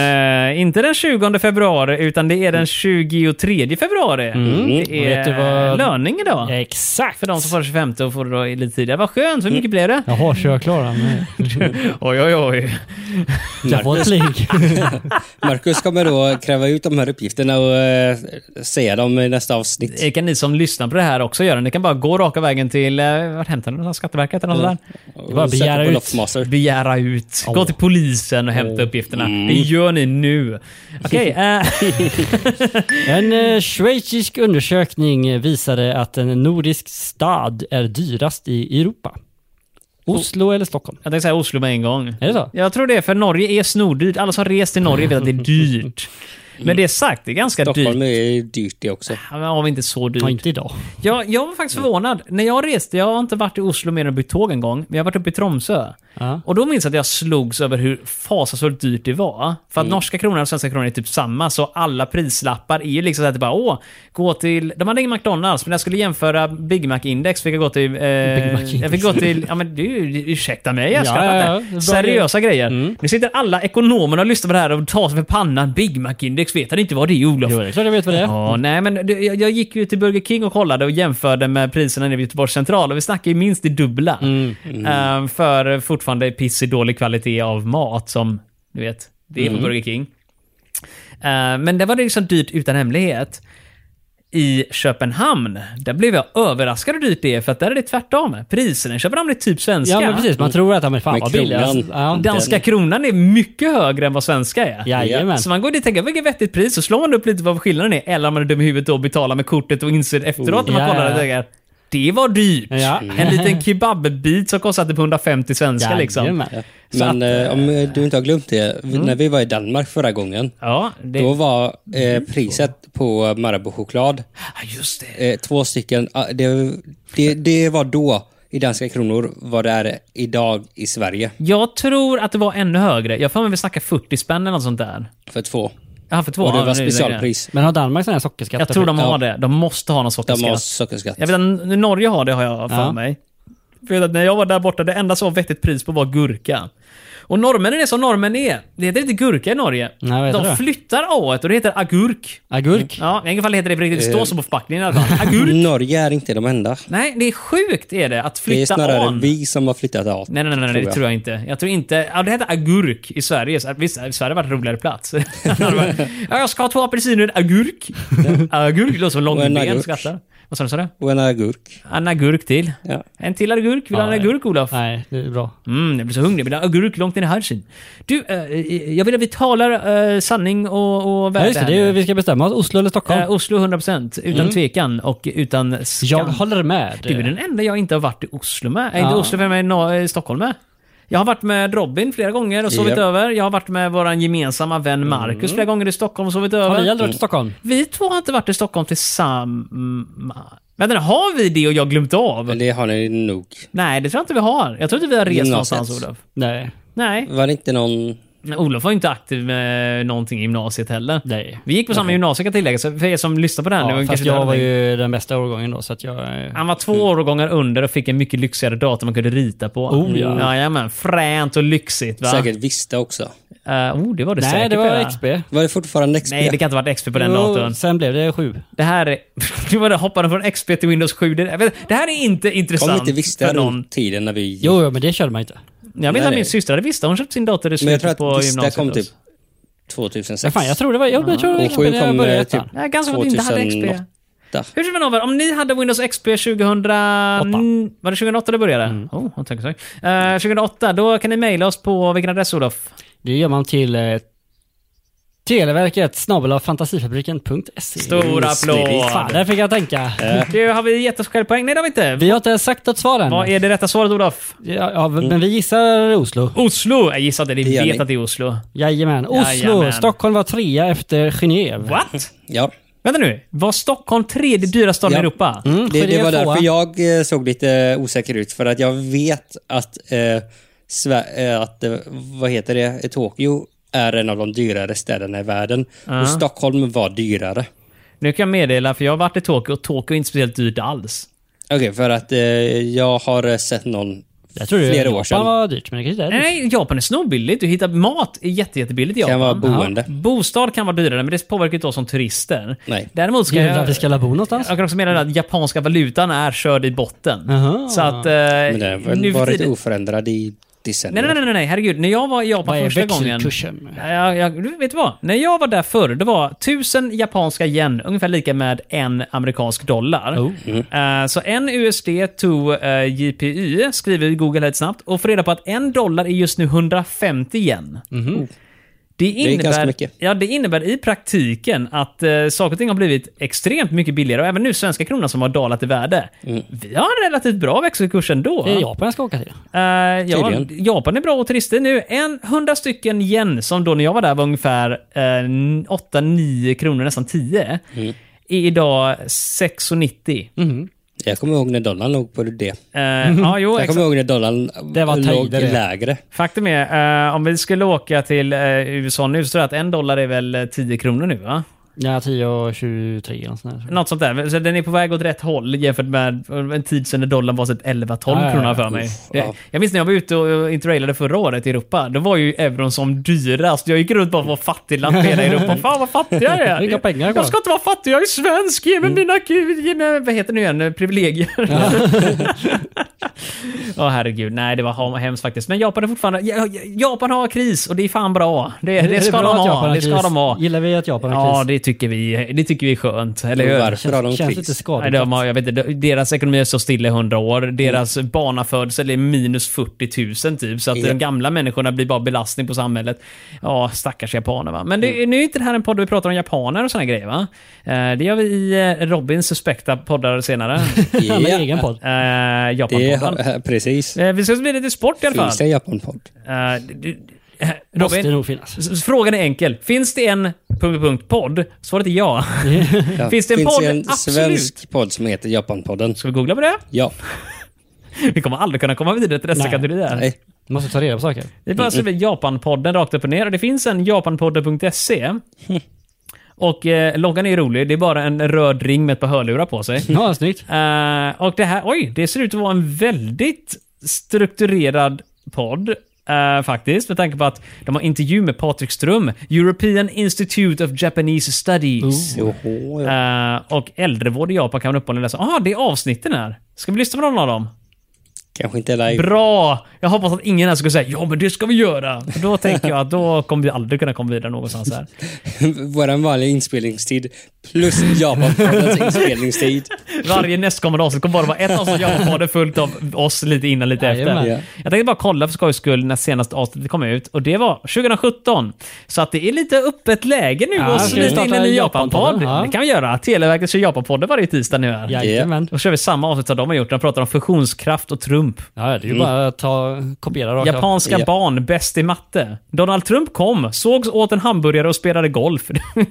S4: eh, inte den 20 februari, utan det är den 23 februari. Det är
S2: Vet du vad-
S4: löning idag.
S2: Exakt!
S4: För de som får det 25 och får det då lite tidigare. Vad skönt, hur mycket blev det?
S2: Jaha, så jag klarar mig.
S4: Oj, oj, oj.
S2: Jag var ett ligg.
S3: Marcus kommer då kräva ut de här uppgifterna och eh, säga dem i nästa avsnitt.
S4: Det kan ni som lyssnar på det här också göra. Ni kan bara gå raka vägen till, eh, vart hämtar ni någonstans? Skatteverket eller något där?
S2: bara
S3: Och sätta
S2: begära
S3: på
S2: ut.
S3: Loftmaster.
S4: Begära ut. Gå
S2: Åh.
S4: till polisen och hämta uppgifterna. Det gör ni nu. Okej, eh,
S2: En eh, schweizisk undersökning visade att en nordisk stad är dyrast i Europa. Oslo eller Stockholm?
S4: jag tänkte säga Oslo med en gång.
S2: Är det så?
S4: Jag tror det, för Norge är snordyrt. Alla som har rest till Norge vet att det är dyrt. Men det sagt, det är ganska
S3: Stockholm
S4: dyrt.
S3: är dyrt det också.
S4: Ja, men Om inte så
S2: Ja,
S4: dyrt.
S2: inte idag.
S4: Jag, jag var faktiskt
S2: Mm.
S4: förvånad. När jag reste, jag har inte varit i Oslo mer än bytt tåg en gång, men jag har varit uppe i Tromsö.
S2: Ja.
S4: Och då minns jag att jag slogs över hur fasansfullt dyrt det var. För att
S2: Mm.
S4: norska kronan och svenska kronan är typ samma, så alla prislappar är ju liksom såhär typ bara åh, gå till... De hade ingen McDonalds, men när jag skulle jämföra Big Mac-index fick jag gå till... Eh,
S2: Mac-index.
S4: jag fick gå till... Ja men du, ursäkta mig, jag
S2: Ja,
S4: skrattar
S2: ja,
S4: inte.
S2: ja. Det är bra Mm.
S4: Seriösa grejer. Nu sitter alla ekonomerna och lyssnar på det här och tar sig för pannan. Big Mac-index, vet han inte vad det är Olof?
S2: Jo, det är klart jag vet vad det är.
S4: Ja, nej men det, jag, jag gick ju till Burger King och kollade och jämförde med priserna nere vid Göteborgs central och vi snackar ju minst det dubbla.
S2: Mm,
S4: Ehm, för fortfarande pissig dålig kvalitet av mat som, du vet, det är
S2: Mm.
S4: på Burger King. Ehm, men det var det liksom dyrt utan hemlighet. I Köpenhamn, där blev jag överraskad hur dyrt det är för att där är det tvärtom. Priserna i Köpenhamn är typ svenska.
S2: Ja, men precis. Man tror att, ja, men fan
S3: Med
S2: vad billigt.
S3: kronan.
S2: Ja.
S4: Danska kronan är mycket högre än vad svenska är.
S2: Jajamän.
S4: Så man går dit och tänker, vilket vettigt pris, så slår man upp lite vad skillnaden är. Eller om man är dum i huvudet och betalar med kortet och inser efteråt när man
S2: Ja,
S4: kollar
S2: ja.
S4: och tänker, det var dyrt.
S2: Ja.
S4: En liten kebabbit som kostade typ 150 svenska liksom.
S2: Jajamän.
S3: Men eh, om eh, du inte har glömt det, vi- när vi var i Danmark förra gången,
S4: Ja, det...
S3: då var eh, priset på Marabou-choklad,
S4: Ah, just det.
S3: eh, två stycken, ah, det, det, det var då i danska kronor, vad det är idag i Sverige
S4: Jag tror att det var ännu högre. Jag får mig vi snackar 40 spänn eller något sånt där.
S3: för två.
S4: Ja, för två.
S3: Och
S4: Ja,
S3: det var
S4: nu är det
S3: specialpris.
S2: Men har Danmark sån här sockerskatt?
S4: Jag tror de har
S3: Ja.
S4: det. De måste ha någon sorts
S3: De har
S4: skatt.
S3: sockerskatt.
S4: Jag vet att Norge har det, har jag för
S2: Ja.
S4: mig. För att när jag var där borta, det enda som var vettigt pris på var gurka. Och norrmännen är som norrmän är. Det heter inte gurka i Norge.
S2: Nej, vad heter
S4: De
S2: det?
S4: flyttar A och det heter agurk.
S2: Agurk?
S4: Mm. Ja, i alla fall heter det på riktigt.
S3: Eh.
S4: Det står så på förpackningen i alla fall. Agurk.
S3: Norge är inte de enda.
S4: Nej, det är sjukt är det att
S3: Det är
S4: flytta
S3: snarare
S4: an.
S3: vi som har flyttat av.
S4: Nej, nej, nej, nej, det
S3: jag.
S4: tror jag inte. Jag tror inte... Ja, det hette agurk i Sverige. Så- Visst, Sverige hade varit en roligare plats. ja, jag ska ha två apelsiner och en agurk. agurk låter som
S3: Och en
S4: långben,
S3: agurk.
S4: skrattar. Vad sa du? sa du?
S3: Och en agurk.
S4: En agurk till.
S3: Ja.
S4: En till agurk. Vill du ha en
S2: nej.
S4: agurk, Olof?
S2: Nej, det är bra.
S4: Mm, jag blir så hungrig. Jag vill ha agurk långt ner i halsen. Du, eh, eh, jag vill att vi talar eh, sanning och, och
S2: Ja,
S4: värde
S2: just det,
S4: här
S2: det är, ju-
S4: nu.
S2: vi ska bestämma oss. Oslo eller Stockholm?
S4: Eh, Oslo 100%, utan tvekan och utan skam.
S2: jag håller med.
S4: Du är den enda jag inte har varit i Oslo med. Äh, Inte
S2: Ja.
S4: Oslo, men med Nor- eh, Stockholm med. Jag har varit med Robin flera gånger och sovit
S3: Japp.
S4: över. Jag har varit med vår gemensamma vän Marcus flera gånger i Stockholm och sovit över.
S2: Mm. Har vi aldrig varit i Stockholm?
S4: Vi två har inte varit i Stockholm tillsammans. Vänta, har vi det och jag glömt av?
S3: Men det har ni nog.
S4: Nej, det tror jag inte vi har. Jag tror inte vi har rest
S3: Gymnasiet.
S4: någonstans, Olof.
S2: Nej.
S4: Nej.
S3: Var det inte någon...
S4: Men Mm. Olof var ju inte aktiv med någonting i gymnasiet heller.
S2: Nej.
S4: Vi gick på samma gymnasium kan jag tillägga, så för er som lyssnar på det här nu.
S2: Ja, fast
S4: kanske
S2: jag
S4: inte
S2: var
S4: hade-
S2: ju den bästa årgången då, så att jag...
S4: Han var två årgångar under och fick en mycket lyxigare dator man kunde rita på. Mm.
S2: Oh, ja.
S4: Jajamän, fränt och lyxigt va?
S3: Säkert visste också.
S4: Eh, oh, det var det
S2: Nej,
S4: säkert.
S2: det var
S4: ja.
S2: XP.
S3: Var det fortfarande XP?
S4: Nej, det kan inte ha varit XP på den
S2: Jo,
S4: datorn.
S2: Sen blev det sju.
S4: Det här är... Nu var det hoppade från XP till Windows 7. Det, jag vet- det här är inte
S3: Om vi
S4: intressant
S3: inte visste
S4: för någon.
S3: runt tiden när vi...
S2: Jo, jo, men det körde man inte.
S4: Jag vet
S3: Nej,
S4: att min
S3: nej.
S4: syster hade Vista. Hon köpte sin dator i
S3: Men jag
S4: slutet
S3: tror
S4: på
S3: att Vista
S4: gymnasiet.
S3: kom typ
S4: också.
S3: 2006.
S2: Men fan, jag tror det var... Jag, jag tror
S3: Och
S2: det var
S3: sju
S2: när jag
S3: kom,
S2: började i
S3: eh, typ
S2: ettan.
S4: Jag är ganska säker på att vi inte hade XP.
S3: 2008.
S4: Hur som helst, om ni hade Windows XP 2000... Var det 2008 det började? Oh, jag tänker så. Eh, 2008, då kan ni mejla oss på vilken adress Olof?
S2: Det gör man till eh, Televerket snabel fantasifabriken.se.
S4: Stor Eh. applåd.
S2: Fan, där fick jag tänka.
S4: Du, har vi gett oss självpoäng? Nej, det har vi inte.
S2: Vi har inte sagt något svar än.
S4: Vad är det rätta svaret, Olof?
S2: ja, ja, men vi gissar Oslo.
S4: Oslo! Jag gissade, ni
S3: Det gör
S4: vet
S3: ni.
S4: att det är Oslo.
S2: Jajamän. Oslo.
S4: Jajamän.
S2: Stockholm var trea efter Genève.
S4: What?
S3: Ja.
S4: Vänta nu, var Stockholm tredje dyraste staden i
S3: Ja.
S4: Europa?
S2: Mm,
S3: Det, det
S2: Genève
S3: var
S2: tvåa.
S3: därför jag eh, såg lite osäker ut, för att jag vet att, eh, Sve- eh, att eh, vad heter det, Eh, Tokyo är en av de dyrare städerna i världen.
S4: Ja.
S3: Och Stockholm var dyrare.
S4: Nu kan jag meddela, för jag har varit i Tokyo och Tokyo är inte speciellt dyrt alls.
S3: Okej, för att eh, jag har sett någon
S2: Jag tror det
S3: flera
S2: Japan
S3: år sedan.
S2: var dyrt, men det kanske inte är dyrt.
S4: Nej, Japan är snorbilligt. Du hittar mat är jätte, jättebilligt i
S3: kan
S4: Japan.
S3: vara boende.
S4: Bostad kan vara dyrare, men det påverkar inte oss som turister.
S3: Nej.
S4: Däremot ska
S2: Gud, att vi
S4: jag...
S2: ska la bo någonstans.
S4: Jag kan också mena att japanska valutan är körd i botten.
S2: Aha.
S4: Så att... Eh,
S3: Men den har
S4: nu
S3: väl
S4: för
S3: varit
S4: tiden-
S3: oförändrad i decennier.
S4: Nej, nej, nej, nej, nej, herregud. När jag var i
S2: Vad
S4: Japan
S2: är
S4: första gången...
S2: växelkursen?
S4: Ja, Jag, jag, du vet du vad? När jag var där förr, det var 1000 japanska yen, ungefär lika med en amerikansk dollar.
S2: Oh.
S3: Mm.
S4: Eh, så en USD tog uh, JPY, skriver Google helt snabbt, och får reda på att en dollar är just nu 150 yen.
S2: Mhm.
S4: Det, innebär,
S3: Mm. ganska mycket.
S4: Ja, det innebär i praktiken att eh, saker och ting har blivit extremt mycket billigare och även nu svenska kronan som har dalat i värde.
S3: Mm.
S4: Vi har en relativt bra växelkurs ändå.
S2: Det är Japan jag ska åka till.
S4: Eh, ja,
S3: Tydligen.
S4: Japan är bra och turister nu. En, 100 stycken yen, som då när jag var där var ungefär eh, 8-9 kronor, nästan 10,
S3: Mm.
S4: är idag 6,90.
S3: Jag kommer ihåg när dollarn låg på det.
S4: Eh, ja, jo,
S3: Jag
S4: exakt.
S3: kommer ihåg när dollarn
S2: Det var
S3: låg
S2: tidigare.
S3: lägre.
S4: Faktum är, eh, om vi skulle åka till eh, USA nu så tror jag att en dollar är väl eh, 10 kronor nu, va?
S2: Ja, 10 och 23 eller sånt där.
S4: Något sånt där. Så den är på väg åt rätt håll jämfört med en tid sedan när dollarn var typ 11-12
S2: Ja, ja,
S4: kronor
S2: ja.
S4: för mig.
S3: Uff,
S4: Det-
S3: ja.
S4: Jag minns när jag var ute och interrailade förra året i Europa. Då var ju euron som dyrast. Jag gick runt bara för att vara fattigland i hela Europa. Fan vad fattig jag är.
S2: Inga pengar kvar. Mm.
S4: jag ska inte vara fattig, jag är svensk. Ge mig mina, ku- ge mig, vad heter det nu igen, privilegier. Ja, herregud. Nej, det var hemskt faktiskt. Men Japan är fortfarande... Ja, ja, Japan har kris och det är fan bra. Det, det,
S2: Är
S4: ska,
S2: bra
S4: de
S2: att
S4: ha.
S2: Japan
S4: det ska
S2: kris?
S4: de ha.
S2: Gillar vi att Japan har
S4: Ja,
S2: kris?
S4: det tycker vi, det tycker vi är skönt. Eller hur?
S3: Varför har de
S2: känns, känns
S3: kris?
S2: lite
S4: Nej, de
S2: skadligt. Mm.
S4: har, jag vet inte, deras ekonomi har stått stilla i 100 år. Deras barnafödsel är minus 40 000 typ. Så att
S3: Ja.
S4: de gamla människorna blir bara belastning på samhället. Ja, stackars japaner va. Men det,
S2: Mm.
S4: nu är inte det här en podd där vi pratar om japaner och såna grejer va? Eh, Det gör vi i eh, Robins suspekta poddar senare.
S2: Han har egen podd.
S4: Eh,
S3: Det
S4: Japanpodden.
S3: har, precis.
S4: Eh, Vi ska bli lite sport i alla fall.
S3: Finns det en Japan-podd?
S4: Eh, d- d- eh,
S2: Måste det
S4: Robin,
S2: nog finnas.
S4: s- s- frågan är enkel. Finns det en... punkt, punkt, podd? Svaret är ja.
S2: Mm.
S3: Ja.
S4: Finns det en podd?
S3: en
S4: Absolut.
S3: svensk podd som heter Japan-podden?
S4: Ska vi googla på det?
S3: Ja.
S4: Vi kommer aldrig kunna komma vidare till nästa
S2: Nej.
S4: kategori där.
S3: Nej.
S2: Måste ta reda på saker.
S4: Vi bara skriver Japanpodden rakt upp och ner och det finns en japanpodden.se. Och eh, loggan är rolig, det är bara en röd ring med ett par hörlurar på sig.
S2: Ja, snyggt.
S4: Eh, och det här, oj, det ser ut att vara en väldigt strukturerad podd. eh, faktiskt, med tanke på att de har intervju med Patrik Ström, European Institute of Japanese Studies.
S3: Oh. Joho, ja.
S4: Eh, och äldrevård i Japan kan man uppehålla läsa. Ah, det är avsnitten här. Ska vi lyssna på någon av dem?
S3: Kanske inte live.
S4: Bra! Jag hoppas att ingen här skulle säga ja, men det ska vi göra. För då tänker jag att då kommer vi aldrig kunna komma vidare någonstans här.
S3: Vår vanliga inspelningstid plus Japanpoddens inspelningstid.
S4: Varje nästkommande avsnitt kommer bara vara ett avsnitt jag var det fullt av oss lite innan, lite efter.
S2: Jajamän.
S3: Ja.
S4: Jag tänkte bara kolla för skojs skull när senaste avsnittet kom ut och det var 2017. Så att det är lite öppet läge nu
S2: Ja,
S4: att
S2: ska vi
S4: smita in en
S2: starta
S4: ny
S2: Japan-podden?
S4: Japan-podd.
S2: Ja.
S4: Det kan vi göra. Televerket kör Japan-podden varje tisdag nu här.
S2: Jajamän.
S4: Då kör vi samma avsnitt som de har gjort. De pratar om fusionskraft och Trump.
S2: Ja, det är ju bara att ta, kopiera rakt av.
S4: Japanska
S3: Ja.
S4: barn, bäst i matte. Donald Trump kom, sågs åt en hamburgare och spelade golf.
S2: Det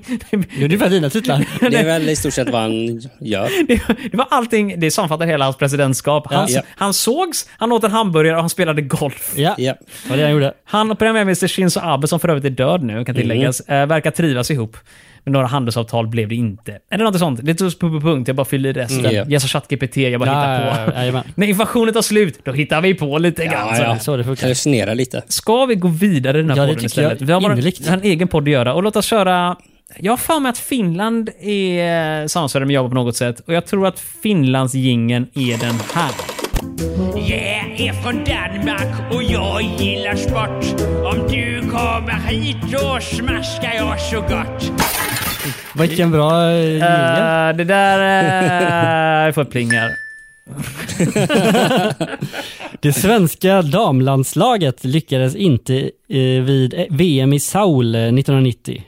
S2: är ungefär dina titlar.
S3: Det är väl i stort sett vad han gör.
S4: Det, det var allting, det sammanfattar hela hans presidentskap. Han,
S3: Ja.
S4: han sågs, han åt en hamburgare och han spelade golf.
S2: Ja,
S3: Ja.
S2: det var det jag gjorde.
S4: Han och premiärminister Shinzo Abe, som för övrigt är död nu, kan tilläggas, eh, verkar trivas ihop. Men några handelsavtal blev det inte. Eller något sånt. Det togs punkt på punkt, jag bara fyller i resten.
S3: Mm, ja.
S4: Jag sa ChatGPT, jag bara
S2: Ja,
S4: hittar
S2: ja,
S4: på.
S2: ja, jajamän.
S4: När inflationen tar slut, då hittar vi på lite grann. så.
S3: Ja.
S2: Så det funkar.
S3: Hallucinera lite.
S4: Ska vi gå vidare i den här
S2: Ja, det
S4: podden
S2: tycker jag
S4: istället? Vi har bara
S2: innerligt.
S4: en egen podd att göra och låt oss köra... Jag har för mig att Finland är samsvarade med Japan på något sätt och jag tror att Finlands gingen är den här.
S6: Jag är från Danmark och jag gillar sport. Om du kommer hit då smaskar jag så gott.
S2: Vilken bra eh, jingel.
S4: Eh, det där... Uh, får ett pling här.
S2: Det svenska damlandslaget lyckades inte eh, vid eh, VM i Seoul eh, 1990.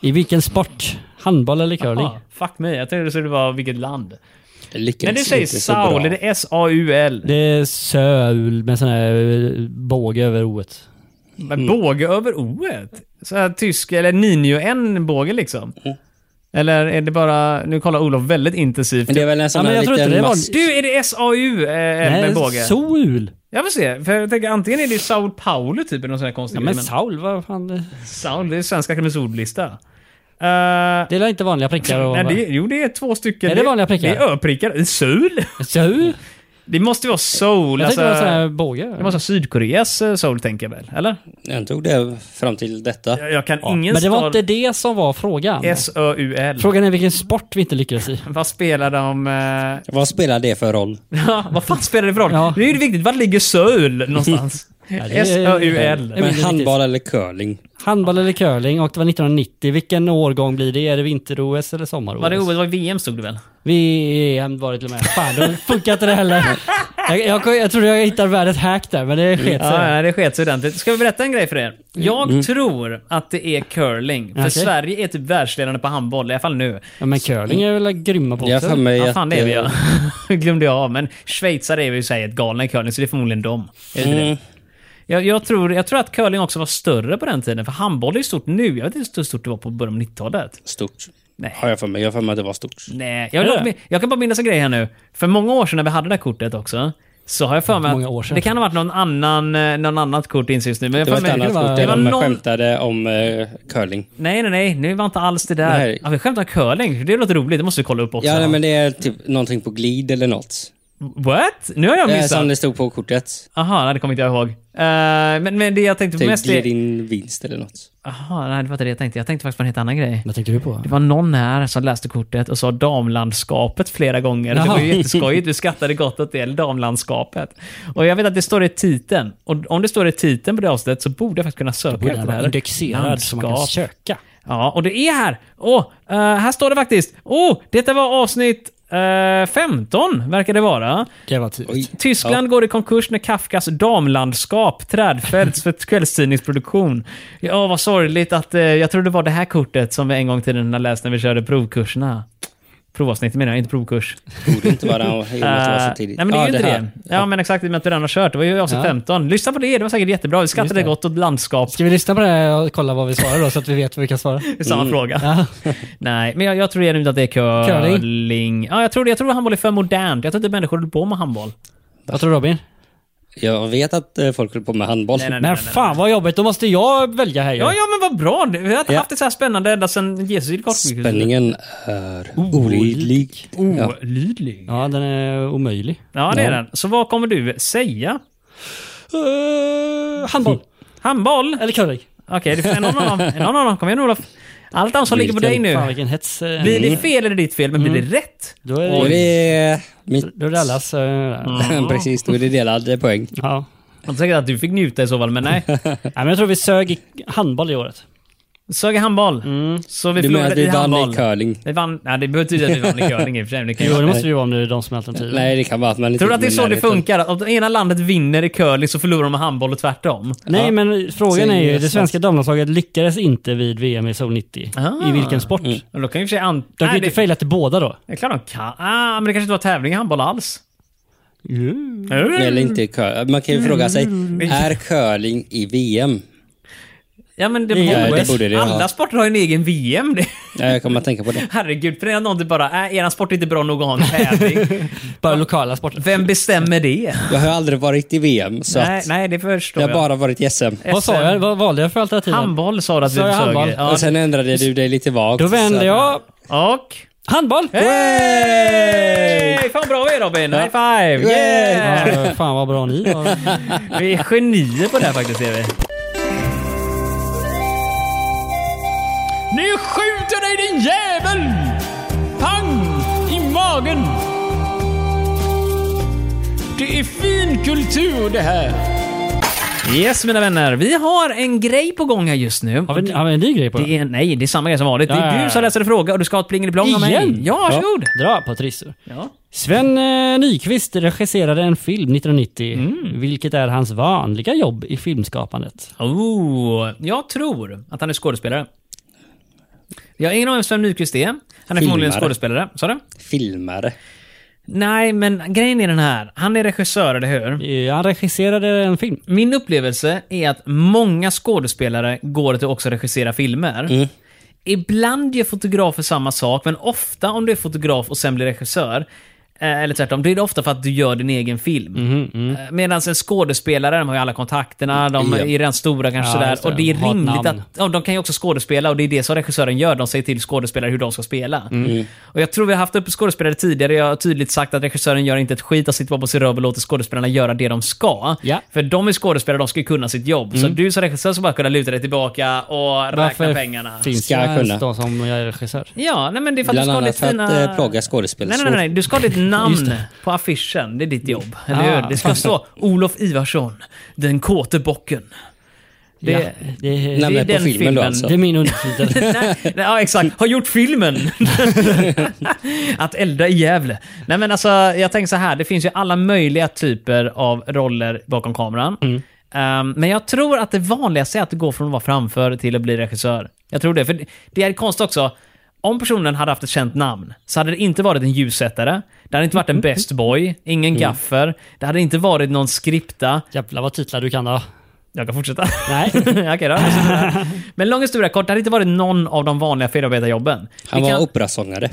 S2: I vilken sport? Handboll eller curling?
S4: Ah, fuck mig, jag tänkte det skulle vara vilket land.
S3: Det lyckades
S4: När du säger
S3: inte så
S4: Saul,
S3: bra.
S4: är det S-A-U-L?
S2: Det är Seoul med sån här eh, båge över oet. Mm.
S4: Men båge över O-et? Så här tysk, eller ninio en båge liksom?
S2: Mm.
S4: Eller är det bara... Nu kollar Olof väldigt intensivt.
S3: Men det är väl en sån
S2: Ja, men
S3: här
S2: jag tror inte det
S3: liten
S2: var-
S3: mask.
S4: Du, är det SAU eh,
S2: Nej,
S4: med båge?
S2: Seoul!
S4: Jag får se. För jag tänker antingen är det Sao Paulo typ, eller någon sån här konstig
S2: Ja,
S4: grej,
S2: men
S4: men
S2: Seoul, vad fan. eh,
S4: Saul, det är Svenska Akademiens ordlista. Eh,
S2: Det är väl inte vanliga prickar och...
S4: nej, det, jo, det är två stycken.
S2: Är det vanliga prickar?
S4: Det är ö-prickar. Seoul?
S2: Seoul?
S4: Det måste ju vara Seoul.
S2: Jag
S4: Alltså,
S2: tänkte det var sån här
S4: det
S2: båge.
S4: måste vara Sydkoreas eh, Seoul, tänker jag väl? Eller?
S3: Jag tog det fram till detta.
S4: Jag, jag kan ingen
S2: Men det var
S4: stad-
S2: inte det som var frågan.
S4: S-Ö-U-L.
S2: Frågan är vilken sport vi inte lyckades i.
S4: Vad spelar de... eh,
S3: Vad spelar det för roll?
S4: Ja, vad fan spelar det för roll?
S2: Ja.
S4: Det är ju viktigt. Var ligger Seoul någonstans?
S2: det är-
S4: S-Ö-U-L.
S2: men
S3: Men
S2: det är
S3: handboll eller curling?
S2: Handboll eller curling och det var 1990. Vilken årgång blir det? Är det vinter-OS eller sommar-OS?
S4: Var det OS? Var det VM stod det väl?
S2: VM var det till och med. Fan, då funkar inte det heller. Jag, jag, jag trodde jag hittade världens hack där, men det sket
S4: Ja,
S2: sig.
S4: ja, det sket sig ordentligt. Ska vi berätta en grej för er? Jag tror att det är curling. För
S2: Okej.
S4: Sverige är typ världsledande på handboll, i alla fall nu.
S2: Ja, men curling är väl grymma på
S3: Jag har för
S2: också?
S3: mig
S4: Ja,
S3: att,
S4: fan det är vi
S3: eh,
S4: ja. glömde jag av. Men schweizare är vi ju säkert galna i curling, så det är förmodligen dem. Är det inte
S3: Mm,
S4: det? Jag, jag, tror, jag tror att curling också var större på den tiden, för handboll är ju stort nu. Jag vet inte hur stort det var på början av 90-talet.
S3: Stort.
S4: Nej.
S3: Har jag för mig. Jag har för mig att det var stort.
S4: Nej, jag, vill bara, jag kan bara minnas en grej här nu. För många år sedan när vi hade det här kortet också, så har jag för mig
S2: Många
S4: att
S2: år sedan.
S4: det kan ha varit någon annan, eh, någon annat kort insist nu. Men jag
S3: Det
S4: har
S3: var
S4: för
S3: ett
S4: mig,
S3: annat
S2: vara-
S3: kort
S4: det
S3: där
S4: var
S3: de
S4: någon-
S3: skämtade om eh, curling.
S4: Nej, nej, nej. Nu var inte alls det där.
S3: Nej.
S4: Ja, vi skämtar om curling. Det låter roligt. Det måste vi kolla upp också.
S3: Ja, nej, men det är typ någonting på glid eller något.
S4: What? Nu har jag
S3: Eh,
S4: missat.
S3: som det stod på kortet.
S4: Aha, nej, det kommer inte jag ihåg. Eh, men, men det jag tänkte
S3: Typ
S4: mest
S3: glid
S4: är...
S3: in vinst eller något.
S4: Aha, nej, det var inte det jag tänkte. Jag tänkte faktiskt på en helt annan grej.
S2: Vad tänkte du på?
S4: Det var någon här som läste kortet och sa damlandskapet flera gånger. Det var ju
S2: Jaha.
S4: jätteskojigt. Vi skrattade gott åt det. Damlandskapet. Och jag vet att det står i titeln. Och om det står i titeln på det avsnittet så borde jag faktiskt kunna söka
S2: Borde
S4: efter det
S2: den vara
S4: här.
S2: indexerad så man kan
S4: Landskap.
S2: söka?
S4: Ja, och det är här. Åh, eh, här står det faktiskt. Åh, detta var avsnitt eh, 15, verkar det vara.
S2: Det var tidigt.
S4: Tyskland går i konkurs när Kafkas damlandskap trädfälls för kvällstidningsproduktion. Ja, vad sorgligt att eh, jag tror det var det här kortet som vi en gång i tiden har läst när vi körde provkurserna. Provavsnitt menar jag, inte provkurs.
S3: Borde inte vara i och med att det var
S4: Eh,
S3: så tidigt.
S4: Nej, men det är
S3: Ja,
S4: ju inte
S3: här.
S4: det. Ja, men exakt. I och med att vi redan har kört. Det var ju avsnitt
S2: Ja.
S4: 15. Lyssna på det, det var säkert jättebra. Vi skrattade gott åt landskap.
S2: Ska vi lyssna på det här och kolla vad vi svarar då, så att vi vet vad vi kan svara?
S4: Det är samma fråga. Nej, men jag, jag tror genuint att det är
S2: Curling.
S4: curling. Ja, jag, tror, det. jag tror handboll är för modernt. Jag tror inte människor håller på med handboll.
S2: Vad tror du Robin?
S3: Jag vet att eh, folk håller på med handboll.
S4: Nej, nej, nej.
S2: Men fan vad jobbigt, då måste jag välja här ju.
S4: Ja, ja, men vad bra. Vi har
S3: Ja.
S4: haft det så här spännande ända sedan Jesus gick kors.
S3: Spänningen är olidlig.
S4: Oh.
S3: Ja.
S4: Olydlig.
S2: Ja, den är omöjlig.
S4: Ja, det är
S3: Ja.
S4: den. Så vad kommer du säga?
S2: Eh, handboll.
S4: Handboll? Eller-
S2: Eller curling.
S4: Okej, det får- någon av dem. Någon av dem. Kom igen Olof. Allt ansvar ligger på dig
S3: Vilken Mm.
S2: Fan
S4: nu.
S2: vilken hets. eh,
S4: Blir det fel eller ditt fel, men blir det rätt?
S2: Då är
S3: Då
S2: det,
S3: är det mitt...
S2: då är det allas... eh,
S4: Mm.
S3: Precis, då är det delad poäng.
S2: Ja.
S4: Jag inte säkert att du fick njuta i så fall, men nej.
S2: Nej, men jag tror vi sög i handboll i året.
S4: Sög i handboll. Så vi
S3: Mm. Du menar att
S4: förlorade i
S3: vi vann
S4: handboll.
S3: i curling?
S4: Vi vann. Nej, det betyder att vi vann i curling i och för sig. men Det kan ju
S2: Jo,
S4: vara-
S2: det måste ju vara om det är de som är alternativen.
S3: Nej, det kan vara att man inte...
S4: Tror du att det är så
S3: men
S4: det
S3: närheten.
S4: funkar? Att om det ena landet vinner i curling så förlorar de i handboll och tvärtom?
S2: Nej,
S3: Ja.
S2: men frågan
S3: Säg
S2: är ju,
S3: det
S2: det svenska damlandslaget lyckades inte vid VM i Sol 90.
S4: Ah.
S2: I vilken sport?
S4: Men då kan ju i och för sig an...
S2: De kan ju
S4: Nej,
S2: inte
S4: det...
S2: fejla till båda då.
S4: det är klart de kan. Ah, men det kanske inte var tävling i handboll alls.
S3: Eller inte i curling. Man kan ju fråga sig,
S4: Mm.
S3: är curling i VM?
S4: Ja, men det,
S3: Ja,
S4: borde,
S3: det borde det
S4: Alla
S3: ha.
S4: sporter har ju en egen VM. Det...
S3: Ja, jag kommer att tänka på det.
S4: Herregud, för det är någon som bara, äh, eran sport är inte bra nog att ha en tävling.
S2: Bara lokala sporter.
S4: Vem bestämmer det?
S3: Jag har aldrig varit i VM, så
S4: Nej,
S3: att
S4: nej, det förstår
S3: jag
S4: jag.
S3: har bara varit i SM.
S2: Vad sa
S4: SM.
S2: jag? Vad valde jag för alternativ?
S4: Handboll sa du att du
S2: Sa jag
S4: sög.
S2: handboll?
S4: Ja.
S3: Och sen ändrade du dig lite vagt.
S2: Då
S3: så
S2: vänder
S3: att-
S2: jag.
S4: Och?
S2: Handboll!
S4: Hej! Fan bra vi är Robin! High five! Yeah!
S2: Ja, fan vad bra ni var.
S4: Vi är genier på det här faktiskt, är vi.
S6: Nu skjuter dig din jävel! Pang! I magen! Det är fin kultur det här.
S4: Yes mina vänner, vi har en grej på gång här just nu.
S2: Har vi, har vi en ny grej på
S4: Det är, nej, det är samma grej som vanligt. Det
S2: Ja, ja,
S4: är
S2: ja.
S4: du som läser en fråga och du ska ha ett plingelplong av mig.
S2: Igen?
S4: Ja, varsågod!
S2: Dra på trissor.
S4: Ja.
S2: Sven eh, Nykvist regisserade en film 1990,
S3: Mm.
S2: vilket är hans vanliga jobb i filmskapandet.
S4: Oh, jag tror att han är skådespelare. Jag har ingen aning om vem Nyqvist är. Han är förmodligen skådespelare. Sa du?
S3: Filmare.
S4: Nej, men grejen är den här. Han är regissör, eller hur?
S2: Eh, Han regisserade en film.
S4: Min upplevelse är att många skådespelare går till också regissera filmer.
S3: Mm.
S4: Ibland gör fotografer samma sak, men ofta om du är fotograf och sen blir regissör, eh, eller tvärtom, då är det ofta för att du gör din egen film.
S2: Mhm,
S4: Eh, Medan en skådespelare, de har ju alla kontakterna, de
S3: Ja.
S4: är redan stora kanske
S2: Ja,
S4: sådär,
S2: just det.
S4: och det är
S2: Har ett
S4: rimligt
S2: namn.
S4: att Ja, de kan ju också skådespela och det är det som regissören gör. De säger till skådespelare hur de ska spela.
S2: Mm.
S4: Och Jag tror vi har haft upp skådespelare tidigare. Jag har tydligt sagt att regissören gör inte ett skit. De sitter bara på sin röv och låter skådespelarna göra det de ska.
S2: Ja. Mm.
S4: För de är skådespelare, de ska ju kunna sitt jobb. Så du som regissör ska bara kunna luta dig tillbaka och räkna pengarna.
S2: finns
S3: Ska
S2: det
S3: jag
S2: ens
S3: kunna?
S2: de som jag är regissör?
S4: Ja, nej men det är för att du
S3: Bland
S4: ska ha
S3: annat
S4: ditt
S3: för
S4: fina...
S3: att eh, plåga
S4: Nej,
S3: skådespelerskor.
S4: nej, nej. Du ska ha ditt
S2: Just
S4: namn
S2: det.
S4: på affischen. Det är ditt jobb. Eller
S2: Ah.
S4: hur? Det ska stå Olof Ivarsson, den kåte bocken. Det,
S2: ja, det, är-
S3: Nej,
S4: det är
S3: men på
S4: den
S3: filmen
S4: filmen.
S3: då alltså.
S2: det är min undertitel.
S4: nej, nej, ja, exakt. Har gjort filmen. att elda i Gävle. Nej, men alltså, jag tänker så här. Det finns ju alla möjliga typer av roller bakom kameran. Ehm, men jag tror att det vanligaste är att gå från att vara framför till att bli regissör. Jag tror det. För det- det är konstigt också. Om personen hade haft ett känt namn så hade det inte varit en ljussättare. Det hade inte varit en best boy, ingen gaffer. Det hade inte varit någon skripta.
S2: Jävlar vad titlar du kan då.
S4: Jag kan fortsätta.
S2: Nej.
S4: Okej då. Men lång historia kort, det hade inte varit någon av de vanliga filmarbetarjobben. Vi
S3: Han var
S4: kan-
S3: operasångare.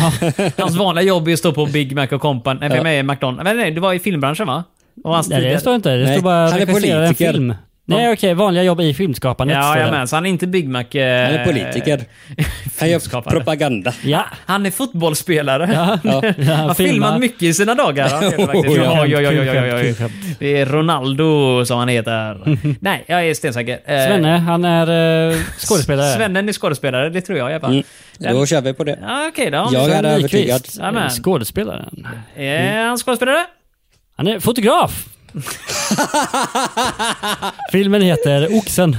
S4: Hans vanliga jobb är ju att stå på Big Mac och Company. Nej, vem är McDonalds? Nej, nej, det var i filmbranschen va? Och hans
S2: Nej,
S4: tidigare-
S2: det står inte. Det
S3: Nej,
S2: står bara
S3: han är
S2: regisserade en
S3: politiker.
S2: film. Nej, okej. vanliga jobb i filmskapandet. står
S4: Ja,
S2: det.
S4: jag så han är inte Big Mac... Eh,
S3: Han är politiker. Han gör
S4: filmskapare.
S3: propaganda.
S2: Ja.
S4: Han är fotbollsspelare.
S3: Ja.
S4: Han
S2: Han
S4: filmat mycket i sina dagar. Han heter faktiskt.
S3: Oh,
S2: ja.
S4: Oj, oj, oj, oj,
S2: Kul
S4: oj,
S2: skämt, kul
S4: oj.
S2: skämt.
S4: Det är Ronaldo som han heter. Nej, jag är stensäker. Eh,
S2: Svenne, han är eh, skådespelare.
S4: Svennen är skådespelare, det tror jag i alla fall.
S3: Mm. Då kör vi på det.
S4: Ja, Okej då.
S3: Jag
S2: Sven
S3: är övertygad.
S2: Nykvist,
S4: Amen.
S2: Skådespelaren. Mm.
S4: Är han skådespelare?
S2: Han är fotograf. Filmen heter Oxen.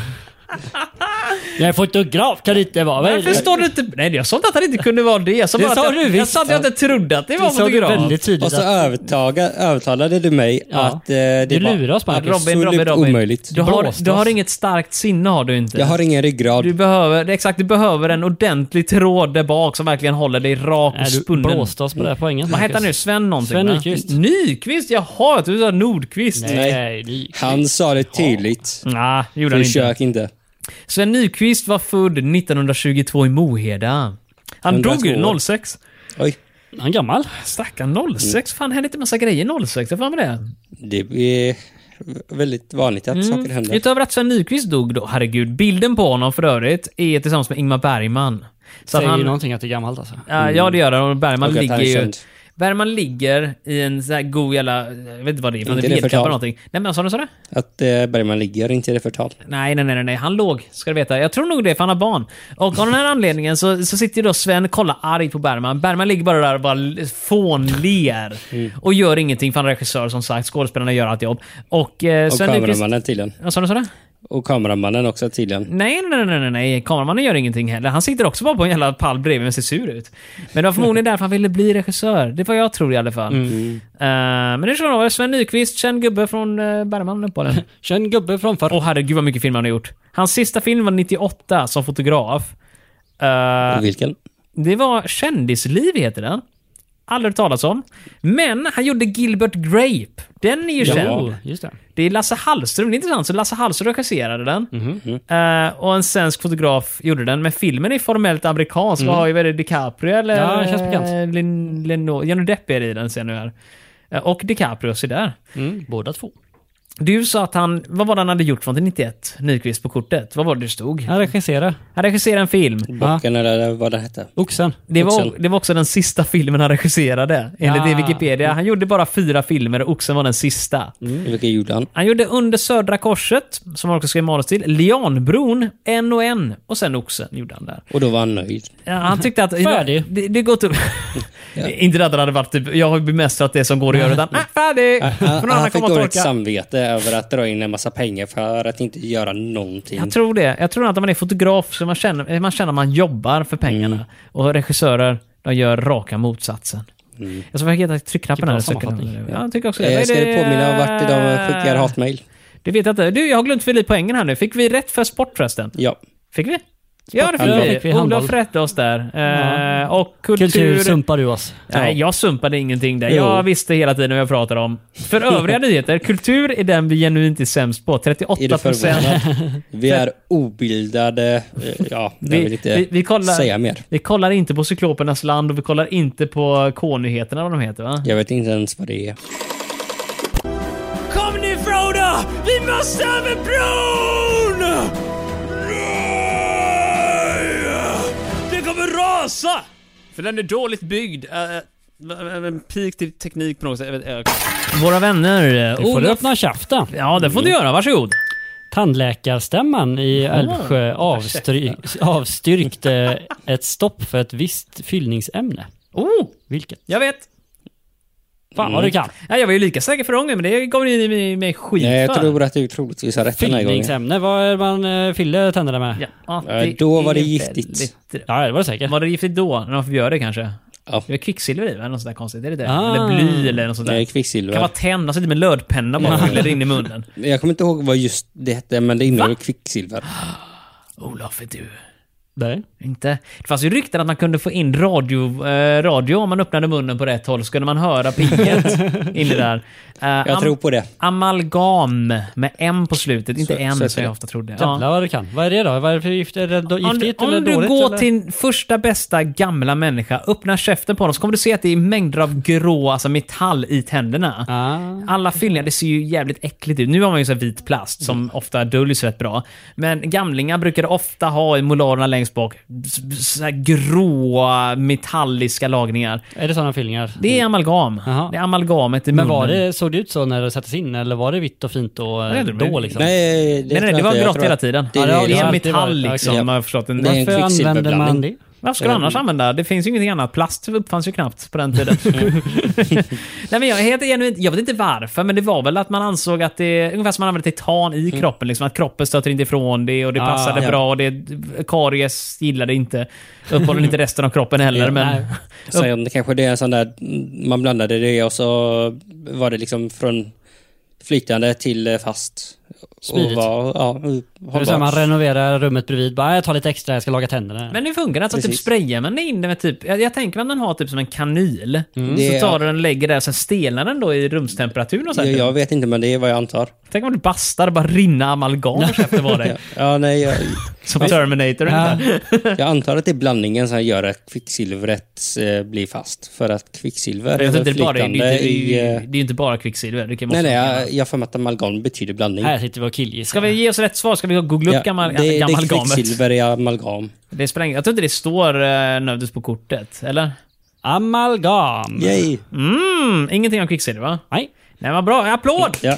S2: Jag är fotograf kan det inte vara.
S4: Varför står du inte... Nej, jag sa inte att han inte kunde vara det. Jag sa,
S2: Det
S4: bara
S2: sa
S4: att
S2: du
S4: jag, jag
S2: visst.
S4: sa att jag inte trodde att det var
S2: Det sa du
S4: fotograf.
S2: väldigt tydligt.
S3: Och så
S2: att-
S3: övertaga, övertalade du mig
S2: Ja.
S3: att eh, det
S2: Du
S3: var
S2: lurar oss, Marcus.
S4: Robin,
S3: absolut
S4: Robin, Robin.
S3: omöjligt.
S4: Du har,
S2: Blåst
S4: du har
S2: oss.
S4: inget starkt sinne har du inte.
S3: Jag har ingen ryggrad.
S4: Du behöver, exakt, du behöver en ordentlig tråd där bak som verkligen håller dig rak och
S2: Nej, du
S4: spunnen.
S2: blåste oss på det här poängen.
S4: Vad
S2: Marcus.
S4: heter han nu? Sven någonting?
S2: Sven
S4: va?
S2: Nyqvist.
S4: Nyqvist? Jaha, jag trodde du sa Nordqvist. Nej,
S2: Nej, det
S3: Han sa det tydligt.
S4: nah, det gjorde han inte.
S3: Försök inte.
S4: Sven Nyqvist var född 1922 i Moheda. Han
S3: 102
S4: dog ju
S3: år.
S4: 06.
S3: Oj,
S2: han är gammal.
S3: Mm.
S4: Stackarn 06. Fan, hände inte massa grejer 06? Jag fan med det.
S3: det är väldigt vanligt
S4: Mm.
S3: att saker händer.
S4: Utöver att Sven Nykvist dog då, herregud. Bilden på honom för övrigt är tillsammans med Ingmar Bergman. Så att
S2: Säger ju
S4: han,
S2: någonting att det är gammalt alltså.
S4: ja, ja, det gör han. Och Bergman
S3: Och Mm. att
S4: ligger
S3: han är
S4: ju...
S3: känd.
S4: Bergman ligger i en sån här god jävla... Jag vet inte vad det är, men
S3: Inte
S4: det
S3: det
S4: är eller
S3: förtal.
S4: någonting. Nej men sa du sådär?
S3: Att eh, Bergman ligger inte i det förtal.
S4: Nej, nej, nej, nej, nej, han låg, ska du veta. Jag tror nog det, för han har barn. Och av den här anledningen så, så sitter ju då Sven och kollar arg på Bergman. Bergman ligger bara där och bara l- fånler.
S3: Mm.
S4: Och gör ingenting, för han är regissör som sagt. Skådespelarna gör allt jobb. Och eh,
S3: Och
S4: Sven Nykvist...
S3: kameramannen tydligen.
S4: Vad sa du sådär?
S3: Och kameramannen också tydligen.
S4: Nej, nej, nej, nej, nej. Kameramannen gör ingenting heller. Han sitter också bara på en jävla pall bredvid men ser sur ut. Men det var förmodligen därför han ville bli regissör. Det var jag tror i alla fall. Eh, men det tror jag nog. Sven Nykvist, känd gubbe från uh, Bergman på den.
S2: Kör en gubbe från förr.
S4: Åh herregud vad mycket filmer han har gjort. Hans sista film var 98 som fotograf. Eh,
S3: Och vilken?
S4: det var Kändisliv heter den. Aldrig hört talas om. Men han gjorde Gilbert Grape. Den är ju känd.
S2: Oh, just det.
S4: Det är Lasse Hallström, det är intressant. Så Lasse Hallström regisserade den.
S2: Mhm,
S4: Eh, och en svensk fotograf gjorde den. Men filmen är formellt amerikansk. Vad har ju vad är det, DiCaprio eller?
S2: Mhm. Ja, det känns bekant.
S4: eh, Lin, Lino, Johnny Depp är i den ser jag nu här. Eh, och DiCaprio, se där.
S2: Mm, båda två.
S4: Du sa att han, vad var det han hade gjort från till 91? Nyqvist på kortet. Vad var det det stod?
S2: Han regisserar.
S4: Han regisserade en film.
S3: Bocken eller vad det hette.
S2: Oxen.
S4: Det var,
S3: Oxen.
S4: det var också den sista filmen han regisserade, enligt
S2: Ah.
S4: det Wikipedia. Han gjorde bara fyra filmer och Oxen var den sista.
S3: Vilken gjorde han?
S4: Han gjorde Under Södra Korset, som han också skrev manus till, Lianbron, En och En och sen Oxen gjorde han där.
S3: Och då var han nöjd.
S4: Ja, Han tyckte att...
S2: Färdig.
S4: Det, det går typ... Inte det att han hade varit typ, jag har bemästrat det som går att göra, utan ah, färdig!
S3: Han,
S4: annan
S3: han fick
S4: kommer att
S3: dåligt
S4: tolka.
S3: samvete över att dra in en massa pengar för att inte göra någonting.
S4: Jag tror det. Jag tror att när man är fotograf så man känner man, känner att man jobbar för pengarna.
S3: Mm.
S4: Och regissörer, de gör raka motsatsen. Jag ska försöka hitta tryckknappen här.
S2: bra
S4: så kan-
S2: sammanfattning.
S4: Ja, jag tycker också det. Vad är
S3: Eh, Mm.
S4: det?
S3: ska du påminna om vart de skickar hatmejl?
S4: Det vet jag inte. Du, jag har glömt fylla i poängen här nu. Fick vi rätt för sport förresten?
S3: Ja.
S4: Fick vi? Ja, det
S3: Handboll.
S4: fick
S2: Fick
S4: vi.
S2: vi
S4: Olof
S2: handboll.
S4: rätt oss där. Eh, och kultur...
S2: Kultur sumpar du oss.
S4: Nej, jag sumpade ingenting där. Jag
S3: Jo.
S4: visste hela tiden vad jag pratade om. För övriga nyheter, kultur är den vi genuint är sämst på. 38
S3: Är du
S4: procent.
S3: förvånad? Vi är obildade. Eh, Ja, jag
S4: Vi-
S3: vill inte
S4: vi- vi kollar-
S3: säga mer.
S4: Vi kollar inte på Cyklopernas land och vi kollar inte på K-nyheterna, vad de heter va?
S3: Jag vet inte ens vad det är.
S6: Kom nu Frodo! Vi måste över bron! Nej!
S4: Den kommer rasa! För den är dåligt byggd. Äh, En pik till teknik på något sätt. Våra vänner.
S2: Nu får du
S4: Olof...
S2: öppna käften.
S4: Ja, det får du göra. Varsågod.
S2: Tandläkarstämman i Älvsjö avstry- avstyrkte ett stopp för ett visst fyllningsämne.
S4: Oh, Mm.
S2: Vilket?
S4: jag vet.
S2: Fan vad du kan.
S4: Ja, jag var ju lika säker förra gången, men det gav ni mig- mig skit
S3: Nej, jag
S4: för.
S3: tror att du troligtvis har rätt den här gången.
S2: Fyllningsämne, vad är det man eh, fyller tänderna med? Ja.
S4: Ja, ah,
S3: Eh, då var det
S4: är
S3: giftigt.
S4: väldigt-
S2: det var det säkert.
S4: Var det giftigt då, när de förbjöd det kanske?
S3: Ja.
S4: Det var kvicksilver i va? eller något sånt där konstigt. Är det det?
S2: Ah.
S4: Eller bly eller något sånt där.
S3: Nej,
S4: Det kan
S3: kvicksilver.
S4: vara tänd, alltså inte med lödpenna bara och fyller in i munnen.
S3: Jag kommer inte ihåg vad just det hette, men det innehöll kvicksilver.
S4: Olof, är du...
S2: Nej.
S4: Inte? Det fanns ju rykten att man kunde få in radio, eh, radio om man öppnade munnen på rätt håll, så kunde man höra pinget in i där. Eh,
S3: Jag
S4: am-
S3: tror på det.
S4: Amalgam med M på slutet, inte
S3: Så-
S4: M
S3: så heter
S4: som jag
S3: det.
S4: ofta trodde. Ja.
S2: Jävlar vad du kan. Vad är det då? Vad är det för gift? Är det då
S4: Om du,
S2: giftigt eller
S4: om du
S2: dåligt?
S4: går
S2: eller?
S4: till första bästa gamla människa, öppnar käften på honom, så kommer du se att det är mängder av grå, alltså metall i tänderna.
S2: Ah.
S4: Alla fyllningar, det ser ju jävligt äckligt ut. Nu har man ju så här vit plast som ofta döljs rätt bra. Men gamlingar brukade ofta ha i molarerna längst bak s- så här gråa metalliska lagningar.
S2: Är det sådana fyllningar?
S4: Det är amalgam.
S2: Jaha.
S4: Det är amalgamet i
S2: Men
S4: munnen.
S2: var det, såg det ut så när det sattes in eller var det vitt och fint och eh,
S4: Nej, det-
S2: då liksom?
S3: Nej, det,
S4: Nej,
S3: tror
S4: nej,
S3: jag
S4: det var
S3: inte. Jag
S4: grått
S3: tror
S4: hela
S3: att
S4: tiden.
S3: Det,
S2: Ja,
S3: är
S2: har
S4: Det är
S2: alltid
S4: metall
S2: varit- okej.
S4: liksom, har jag förstått. En,
S3: Nej. det är en
S2: Varför använder man det?
S3: kvicksilverblandning.
S4: Varför skulle du annars använda? Det finns ju ingenting annat. Plast uppfanns ju knappt på den tiden. Nej, men jag, är helt genuint, jag vet inte varför, men det var väl att man ansåg att det... Ungefär som man använde titan i kroppen. Liksom, att kroppen stöter inte ifrån det och det
S2: Ah,
S4: passade
S2: ja.
S4: bra. Och det, karies gillade inte. Uppehåller inte resten av kroppen heller.
S3: Ja,
S4: men,
S2: nej.
S3: Sen kanske det är en sån där, man blandade det och så var det liksom från flytande till fast. Och
S2: Smidigt.
S3: var, ja,
S2: Det är så här, man
S3: hållbart.
S2: renoverar rummet bredvid. Bara, jag tar lite extra, jag ska laga tänderna.
S4: Men hur funkar det? Alltså, typ
S3: Precis.
S4: sprayar man in det med typ... Jag, jag tänker att man har typ som en kanyl.
S3: Det-
S4: Så tar du den och lägger där, sen stelnar den då i rumstemperaturen och så. här,
S3: jag,
S4: typ.
S3: jag vet inte, men det är vad jag antar.
S4: Tänk om du bastar och bara rinna amalgam efter var dig.
S3: Ja, nej, jag,
S4: Som Terminator
S2: Ja.
S4: ungefär.
S3: jag antar att det är blandningen som gör att kvicksilvret eh, blir fast. För att kvicksilver
S4: Jag
S3: är
S4: vet
S3: väl
S4: inte, det, är bara, det, är, ju- det, är, ju-
S3: flytande i...
S4: det
S3: eh,
S4: är ju inte bara kvicksilver. Det kan
S3: Nej,
S4: måste
S3: nej,
S4: vara
S3: jag,
S4: gammalt.
S3: jag har för mig att amalgam betyder blandning.
S2: Här sitter vi och killgissar.
S4: Ska vi ge oss rätt svar? Ska vi googla upp gammal,
S3: det, det är
S4: amalgamet?
S3: kvicksilver i amalgam.
S4: Det spelar ingen- jag tror inte det står uh, nödvändigtvis på kortet, eller?
S2: Amalgam.
S3: Yay!
S4: Mm, ingenting om kvicksilver, va?
S2: Nej.
S4: Nej, vad bra. Applåd!
S3: Ja.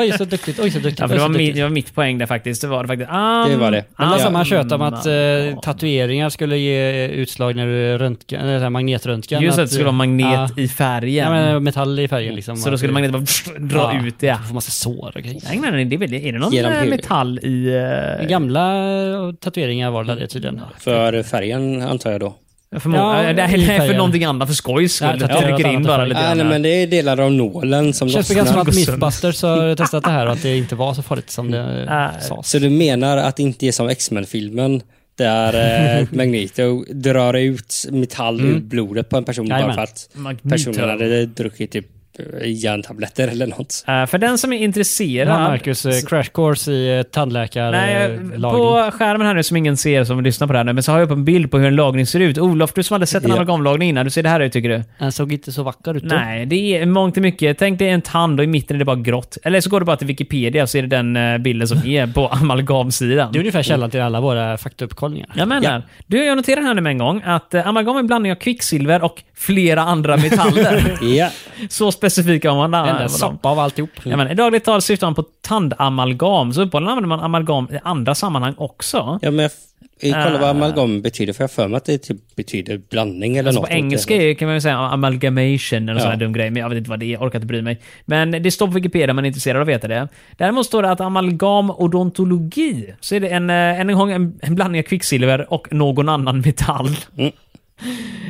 S2: Oj, så duktigt. Oj, så duktigt.
S4: Ja, för
S2: oj,
S4: det,
S2: så
S4: var
S2: duktigt.
S4: mitt, det var mitt poäng där faktiskt. Det var det faktiskt. Am-
S3: Det var det.
S2: Men
S4: am-
S2: alla samma tjöt om att eh,
S4: amalgam.
S2: tatueringar skulle ge utslag när du röntgen, eller så här magnetröntgen.
S4: Just det, det skulle vara magnet i
S2: eh, Ja,
S4: färgen.
S2: men metall i färgen liksom.
S4: så då skulle
S2: Att-
S4: magnet bara dra
S2: Ja.
S4: ut det.
S2: Då får massa sår och grejer.
S4: Jag ägnar den det är väl- Är det någon
S3: Genom
S4: eh,
S3: huden.
S4: metall i... eh,
S2: Gamla eh, tatueringar var det där tydligen.
S3: För färgen antar jag då.
S4: Jag förmodar,
S2: Ja,
S4: ja, det
S2: i
S4: är för
S2: färger.
S4: någonting annat, för skojs skull.
S2: Ja,
S4: Jag
S2: tatuerar
S4: trycker
S2: något
S4: in
S2: annat
S4: bara
S2: för
S4: lite
S2: färger.
S3: Äh, Nej,
S4: grann.
S3: nej, men det är delar av nåålen som
S2: Känns det som
S3: lossnar.
S2: att Mythbusters har testat det här och att det inte var så farligt som det
S4: Nej.
S2: sades.
S3: Så du menar att det inte är som X-Men-filmen där eh, Magneto drar ut metall ur blodet på en person bara
S2: Jajamän.
S3: för att
S4: Magneto.
S3: personen hade druckit typ eh, järntabletter eller något.
S4: Eh, för den som är intresserad...
S2: Ja, Marcus, eh, crash course i eh,
S4: Nej,
S2: tandläkarlagning.
S4: på skärmen här nu som ingen ser som lyssnar på det här nu, men så har jag upp en bild på hur en lagning ser ut. Olof, du som hade sett en
S3: Ja.
S4: amalgamlagning innan, du ser det här ut tycker du?
S2: Den såg inte så vacker ut då.
S4: Nej, det är mångt och mycket. Tänk dig en tand och i mitten är det bara grått. Eller så går du bara till Wikipedia så är det den eh, bilden som är på amalgamsidan.
S2: Det är ungefär källan till alla våra faktauppkollningar.
S4: Jag menar. Du, jag noterar här nu med en gång att eh, amalgam är en blandning av kvicksilver och flera andra metaller.
S3: Ja,
S4: så specifika var man där.
S2: Enda soppa av alltihop.
S3: Mm.
S4: Ja, men, I dagligt tal syftar man på tandamalgam, så uppenbarligen använder man amalgam i andra sammanhang också.
S3: ja men jag f- jag kollar vad amalgam betyder, för jag har för mig att det typ betyder blandning eller
S4: Alltså på
S3: något.
S4: engelska är- kan man ju säga amalgamation eller ja. sån här
S3: Ja.
S4: dum grej, men jag vet inte vad det är, jag orkar inte bry mig. Men det står på Wikipedia om man är intresserad av att veta det. Däremot står det att amalgamodontologi, så är det en, eh, än en gång en, en blandning av kvicksilver och någon annan metall.
S3: Mm.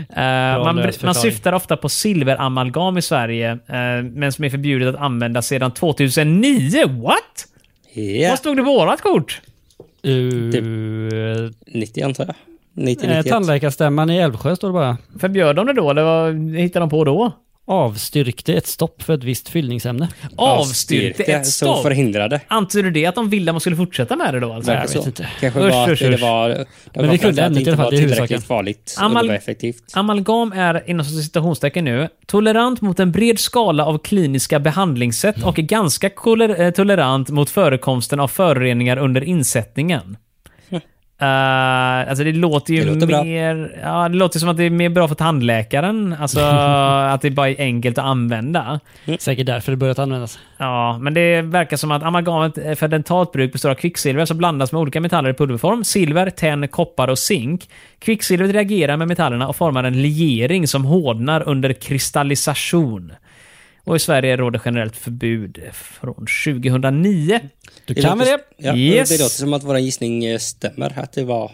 S4: Eh, man,
S2: lös
S4: man
S2: förklaring.
S4: syftar ofta på silveramalgam i Sverige, eh, men som är förbjudet att använda sedan 2009. What?
S3: Ja,
S4: Vad stod det på vårat kort?
S2: Uh,
S3: 90 antar jag. 90,
S2: eh,
S3: 91.
S2: tandläkarstämman i Älvsjö står det bara.
S4: Förbjöd de det då, eller vad hittade de på då?
S2: Avstyrkte ett stopp för ett visst fyllningsämne.
S4: Avstyrkte ett
S3: Så
S4: stopp.
S3: förhindrade.
S4: Antyder det att de ville att man skulle fortsätta med det då? Alltså?
S3: Verkar så.
S2: inte.
S3: Kanske
S4: Usch,
S3: var
S4: usch,
S3: att det
S4: usch.
S3: var... de
S2: vi
S3: var
S2: kunde
S3: att
S2: ämnet i alla fall, det är
S3: inte var
S2: huvudsaken.
S3: tillräckligt farligt och
S4: Amal-
S3: det var effektivt.
S4: Amalgam är inom citationstecken nu tolerant mot en bred skala av kliniska behandlingssätt och är ganska koler- eh, tolerant mot förekomsten av föroreningar under insättningen. Eh, alltså det låter ju
S3: Hm. Det låter bra.
S4: mer... Ja, det låter som att det är mer bra för tandläkaren. Alltså att det bara är enkelt att använda.
S2: Säkert därför det börjat användas.
S4: Ja, men det verkar som att amalgamet eh, för dentalt bruk består av kvicksilver som blandas med olika metaller i pulverform. Silver, tenn, koppar och zink. Kvicksilvret reagerar med metallerna och formar en legering som hårdnar under kristallisation. Och i Sverige råder generellt förbud från 2009.
S2: Du kan väl
S3: låter,
S2: det?
S3: Ja,
S4: Yes.
S3: Det låter som att vår gissning eh, stämmer, att det var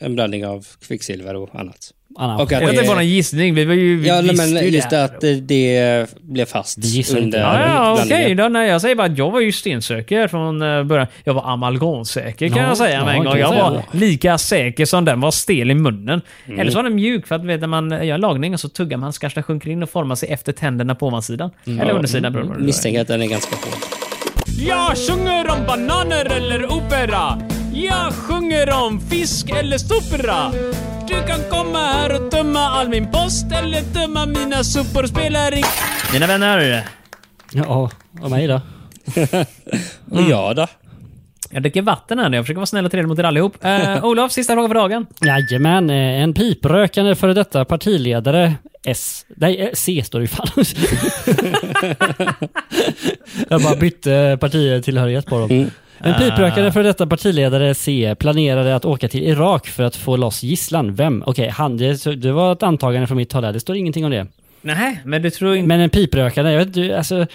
S3: en blandning av kvicksilver och annat.
S2: Anna,
S3: Och att
S4: Jag vet inte,
S3: det,
S4: bara en gissning. Vi var ju... Vi
S3: Eh, ja,
S4: visste ju
S3: men just
S4: det.
S3: det att det- det blev fast
S2: Vi gissar inte.
S3: under
S4: Ja, ja okej
S3: blandningen.
S4: då. Nej, jag säger bara att jag var ju stensäker från eh, början. Jag var amalgamsäker kan
S2: Ja,
S4: jag säga med
S2: ja,
S4: en gång.
S2: kan
S4: Jag
S2: jag
S4: var
S2: säga.
S4: lika säker som den var stel i munnen.
S2: Mm.
S4: Eller så var den mjuk för att vet, när man gör en lagning och så tuggar man så kanske den sjunker in och formar sig efter tänderna på ovansidan.
S2: Mm.
S4: Eller undersidan beroende på vad det är.
S3: Misstänker att den är ganska hård.
S4: Jag sjunger om bananer eller opera. Jag sjunger om fisk eller sopra. Du kan komma här och tömma all min post eller tömma mina sopor. Spelar ing... Mina vänner.
S2: Ja, och mig då?
S4: Mm.
S3: Och jag då?
S4: Jag dricker vatten här nu. Jag försöker vara snäll och trevlig mot er allihop. Uh, Olof, sista frågan för dagen.
S2: Jajamän, eh, en piprökande före detta partiledare S, nej eh, C står det ju fan. Jag bara bytte partitillhörighet på dem.
S4: Mm.
S2: En
S4: Ah.
S2: piprökande före detta partiledare C planerade att åka till Irak för att få loss gisslan. Vem? Okej, han. Det, så- det var ett antagande från mitt håll här. Det står ingenting om det.
S4: Nej, men du tror inte...
S2: Men en piprökande, jag vet inte, alltså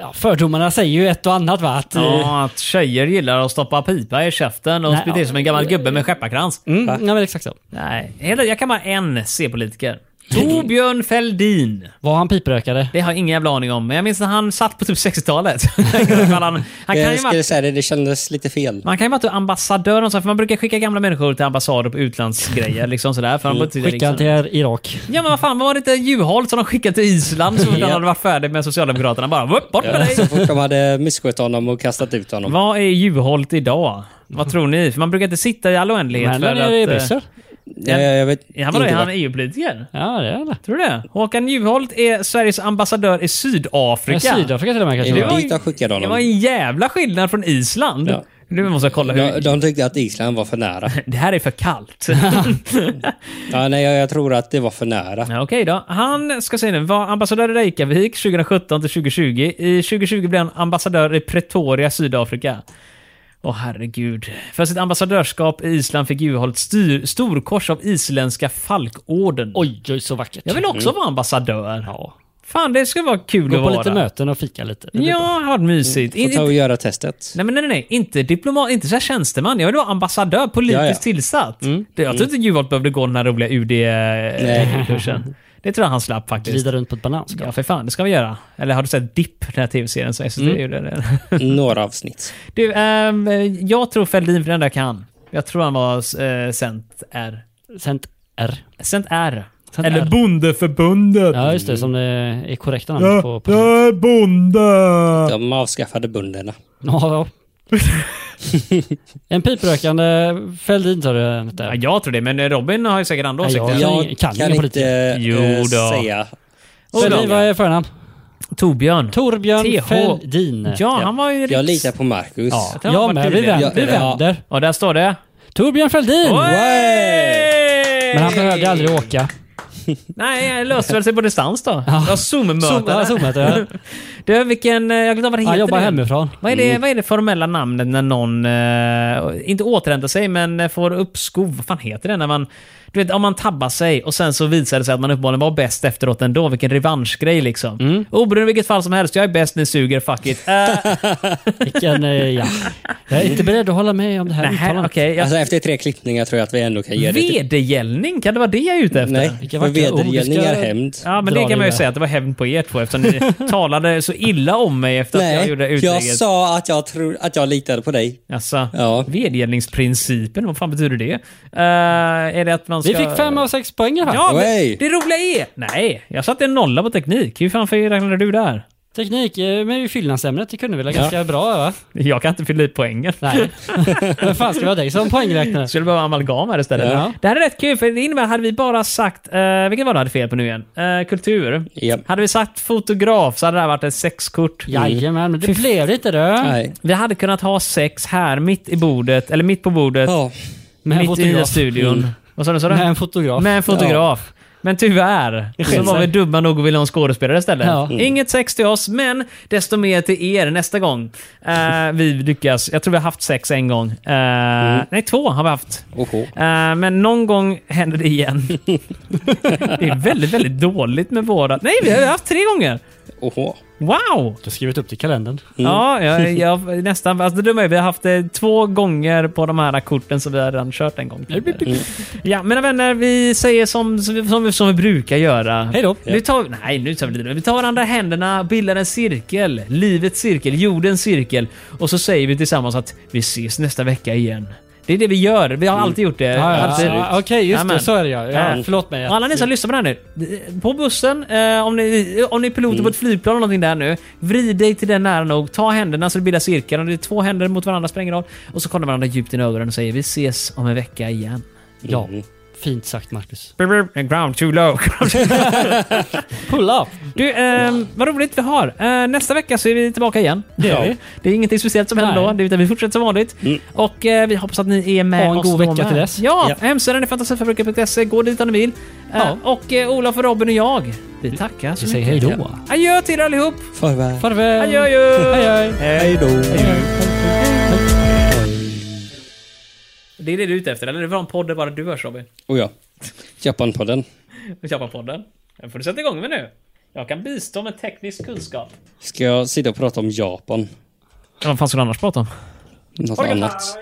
S2: ja, fördomarna säger ju ett och annat va? Att, eh,
S4: Ja, att tjejer gillar att stoppa pipa i käften och
S2: Nej,
S4: spy till
S2: ja.
S4: som en gammal gubbe med skepparkrans.
S2: mm, ja, men exakt så.
S4: Nej, hela- jag kan bara en C-politiker. Torbjörn Fälldin.
S2: Var han piprökare?
S4: Det har jag ingen jävla aning om, men jag minns att han satt på typ 60-talet. han, han kan
S3: Eh, Jag
S4: ju vara
S3: skulle säga det, det kändes lite fel.
S4: man kan ju vara typ ambassadör och så, för man brukar skicka gamla människor till ambassader på utlandsgrejer. Liksom sådär, för mm.
S2: Skicka han till Irak.
S4: Ja men vad fan, var det inte Juholt som de skickade till Island så fort han hade varit färdig med Socialdemokraterna? Bara "Vupp, bort med
S3: Ja,
S4: dig!
S3: så fort de hade misskött honom och kastat ut honom.
S4: Vad är Juholt idag? Vad tror ni? För man brukar inte sitta i all oändlighet
S2: Mm. Men
S4: för
S2: han
S4: att...
S2: är i
S4: eh,
S2: Bryssel.
S3: Ja, Eh, jag vet
S4: Ja, vadå, är
S3: inte
S4: han
S3: vad-
S4: EU-politiker?
S2: Ja, det är han.
S4: Tror du det? Håkan Juholt är Sveriges ambassadör i Sydafrika.
S2: Ja, Sydafrika till och med
S3: Är
S2: kanske.
S3: det
S2: det var.
S3: dit de skickade
S4: Det var
S3: honom?
S4: en jävla skillnad från Island.
S3: Ja.
S4: Nu måste jag kolla hur...
S3: De, de tyckte att Island var för nära.
S4: Det här är för kallt.
S3: Ja, nej, jag, jag tror att det var för nära.
S4: Ja, Okej då. Han ska säga nu, var ambassadör i Reykjavik 2017 till 2020. I 2020 blev han ambassadör i Pretoria, Sydafrika. Åh herregud. För sitt ambassadörskap i Island fick Juholt styr- storkors av isländska Falkorden.
S2: Oj, oj, så vackert.
S4: Jag vill också vara ambassadör. Ja. Fan, det skulle vara kul att
S2: Gå på
S4: vara.
S2: lite möten och fika lite. Det blir
S4: Ja,
S2: bra.
S4: det hade varit mysigt.
S3: Får
S4: In,
S3: Mm. ta
S4: inte-
S3: och göra testet.
S4: Nej, men nej, nej, nej. Inte diplomat, inte så här tjänsteman. Jag vill vara ambassadör, politiskt
S3: Ja, ja.
S4: tillsatt. Det, jag tror inte Juholt behövde gå den här roliga UD-kursen. Det tror jag han slapp faktiskt.
S2: Glida runt på ett bananskal.
S4: Ja, för fan, det ska vi göra. Eller har du sett Dipp, den här tv-serien som SVT
S2: Mm.
S4: gjorde? det?
S3: Några avsnitt.
S4: Du, ehm, jag tror Fälldin för den där kan. Jag tror han var eh, Cent R.
S2: Cent R.
S4: Cent R.
S2: Cent
S4: Eller
S2: R.
S4: Bondeförbundet.
S2: Ja, just det. Som det är korrekta namnet på... på
S4: är bonde!
S3: De avskaffade bönderna.
S2: Ja, ja. En piprökande Fälldin tar du inte.
S4: Ja, jag tror det, men Robin har ju säkert andra
S2: Ja,
S4: åsikter.
S2: jag-
S3: Jag
S2: kan
S3: kan,
S2: ingen
S3: inte
S2: politiker.
S3: eh,
S4: Jo då.
S3: säga.
S2: Fälldin, vad är förnamn?
S4: Torbjörn.
S2: Torbjörn
S4: TH.
S2: Fälldin.
S4: ja, han var ju riks...
S3: Jag litar på Marcus.
S2: Ja,
S4: tror han
S2: jag
S4: har
S2: med.
S4: varit
S2: Vi
S4: tidigare.
S2: vänder. Vi
S3: Ja.
S2: vänder.
S4: Och där står det...
S2: Torbjörn Fälldin!
S4: Oj!
S2: Men han behövde aldrig åka.
S4: Nej, jag löste väl sig på distans då. Ja,
S2: Zoom-
S4: Zoom-möten.
S2: ja, Zoom-möte, ja.
S4: Du, vilken... eh, Jag glömde vad det heter.
S2: Han jobbar
S4: nu.
S2: hemifrån.
S4: Vad är, det,
S3: Mm.
S4: vad är det formella namnet när någon, eh, inte återhämtar sig, men eh, får uppskov? Vad fan heter det? När man, du vet, om man tabbar sig och sen så visar det sig att man uppenbarligen var bäst efteråt ändå. Vilken revanschgrej liksom.
S3: Mm.
S4: Oberoende vilket fall som helst, jag är bäst, ni suger, fuck it. Eh,
S2: Vilken, eh, ja. Jag är inte beredd att hålla med om det här
S4: nej,
S2: uttalandet.
S4: okej. jag-
S3: Alltså efter tre klippningar tror jag att vi ändå kan ge det till...
S4: Vedergällning, kan det vara det jag är ute efter?
S3: Nej,
S2: Vilka
S3: för
S2: vackra ord.
S3: vedergällning
S2: Ska-
S3: är hämnd.
S4: Ja, men det
S2: Dra
S4: kan
S2: dig
S4: man ju
S2: med.
S4: säga att det var hämnd på er två eftersom ni talade så illa om mig efter att jag
S3: Nej,
S4: gjorde
S3: jag,
S4: utlägget.
S3: sa att jag, tro, att jag litade på dig.
S4: Alltså,
S3: Ja.
S4: Vedergällningsprincipen, vad fan betyder det? Eh, är det att man ska...
S2: Vi fick fem av sex poäng i alla fall.
S4: Ja, men
S3: Oj.
S4: det roliga är... Nej, jag satte en nolla på teknik. Hur fan räknade du där?
S2: Teknik, eh, men ju fyllnadsämnet, det kunde vi väl ganska bra va?
S4: Jag kan inte fylla i poängen.
S2: Nej. Vem fan ska vi ha dig som poängräknare?
S4: Skulle behöva amalgam här istället.
S2: Ja.
S4: Det här är rätt kul, för det innebär hade vi bara sagt... Uh, vilket var det jag hade fel på nu igen? Eh, kultur.
S3: Ja.
S4: Hade vi sagt fotograf så hade det här varit ett sexkort. Mm.
S2: Jajamän, men det blev det inte då.
S3: Nej.
S4: Vi hade kunnat ha sex här, mitt i bordet, eller mitt på bordet,
S3: Ja,
S2: Med en
S4: mitt i
S2: fotograf.
S4: studion. Vad sa du? Sa du?
S2: Med en fotograf.
S4: Med en fotograf. Men tyvärr så
S2: sken
S4: var vi
S2: sig.
S4: dumma nog och ville ha en skådespelare istället.
S2: Ja. Mm.
S4: Inget sex till oss, men desto mer till er nästa gång. Eh, vi lyckas. Jag tror vi har haft sex en gång. Eh,
S2: Mm.
S4: Nej, två har vi haft.
S3: oho.
S4: Eh, men någon gång händer det igen. det är väldigt, väldigt dåligt med våra... Nej, vi har haft tre gånger!
S3: oho.
S4: Wow!
S2: Du har skrivit upp det i kalendern.
S4: Ja, jag, jag, nästan. Alltså det dumma är vi har haft det två gånger på de här korten som vi har redan kört en gång tidigare. Ja, mina vänner, vi säger som, som, som vi brukar göra.
S2: Hej då.
S4: Nu tar, vi- nej, nu tar vi lite. Vi tar varandra i händerna, bildar en cirkel. Livets cirkel, jordens cirkel. Och så säger vi tillsammans att vi ses nästa vecka igen. Det är det vi gör. Vi har alltid gjort det.
S2: Ja, ja,
S4: Alltid.
S2: ja, Okej, just
S4: Jajamän.
S2: det. Så är det ja. ja.
S4: Ja.
S2: Förlåt mig.
S4: Och alla ni som lyssnar på det här nu. På bussen, eh, om, ni, om ni är piloter på ett flygplan eller någonting där nu. Vrid dig till den nära nog. Ta händerna så det bildar cirkeln. Och det är två händer mot varandra spelar ingen roll. Och så kollar varandra djupt i ögonen och säger vi ses om en vecka igen.
S2: Ja,
S3: Mm.
S2: fint sagt Marcus.
S4: Ground too low.
S2: Pull up!
S4: Du, ehm, vad roligt vi har. Eh, nästa vecka så är vi tillbaka igen. Det
S2: är vi.
S4: Det är ingenting speciellt som händer
S2: Nej. Mm.
S4: då, det- utan vi fortsätter som vanligt. Och eh, vi hoppas att ni är med
S2: Ha en
S4: oss
S2: god
S4: då
S2: vecka
S4: med.
S2: till dess.
S4: Ja,
S3: Ja.
S4: hemsidan är fantasifabriken.se. Gå dit om ni vill. Eh,
S2: Ja.
S4: Och eh, Olof och Robin och jag, vi tackar så
S2: Vi säger
S4: mycket.
S2: hej då.
S4: Adjö till er allihop!
S3: Farväl.
S2: Farväl!
S4: Adjö, adjö!
S2: Hej, hej!
S3: Hej då.
S4: Det är det du är ute efter, eller? Det var en podd där bara du hörs Robin.
S3: Och Oh ja, Japanpodden.
S4: Japan-podden. Den får du sätta igång med nu. Jag kan bistå med teknisk kunskap.
S3: Ska jag sitta och prata om Japan?
S4: Vad fan skulle du annars prata om?
S3: Något annat?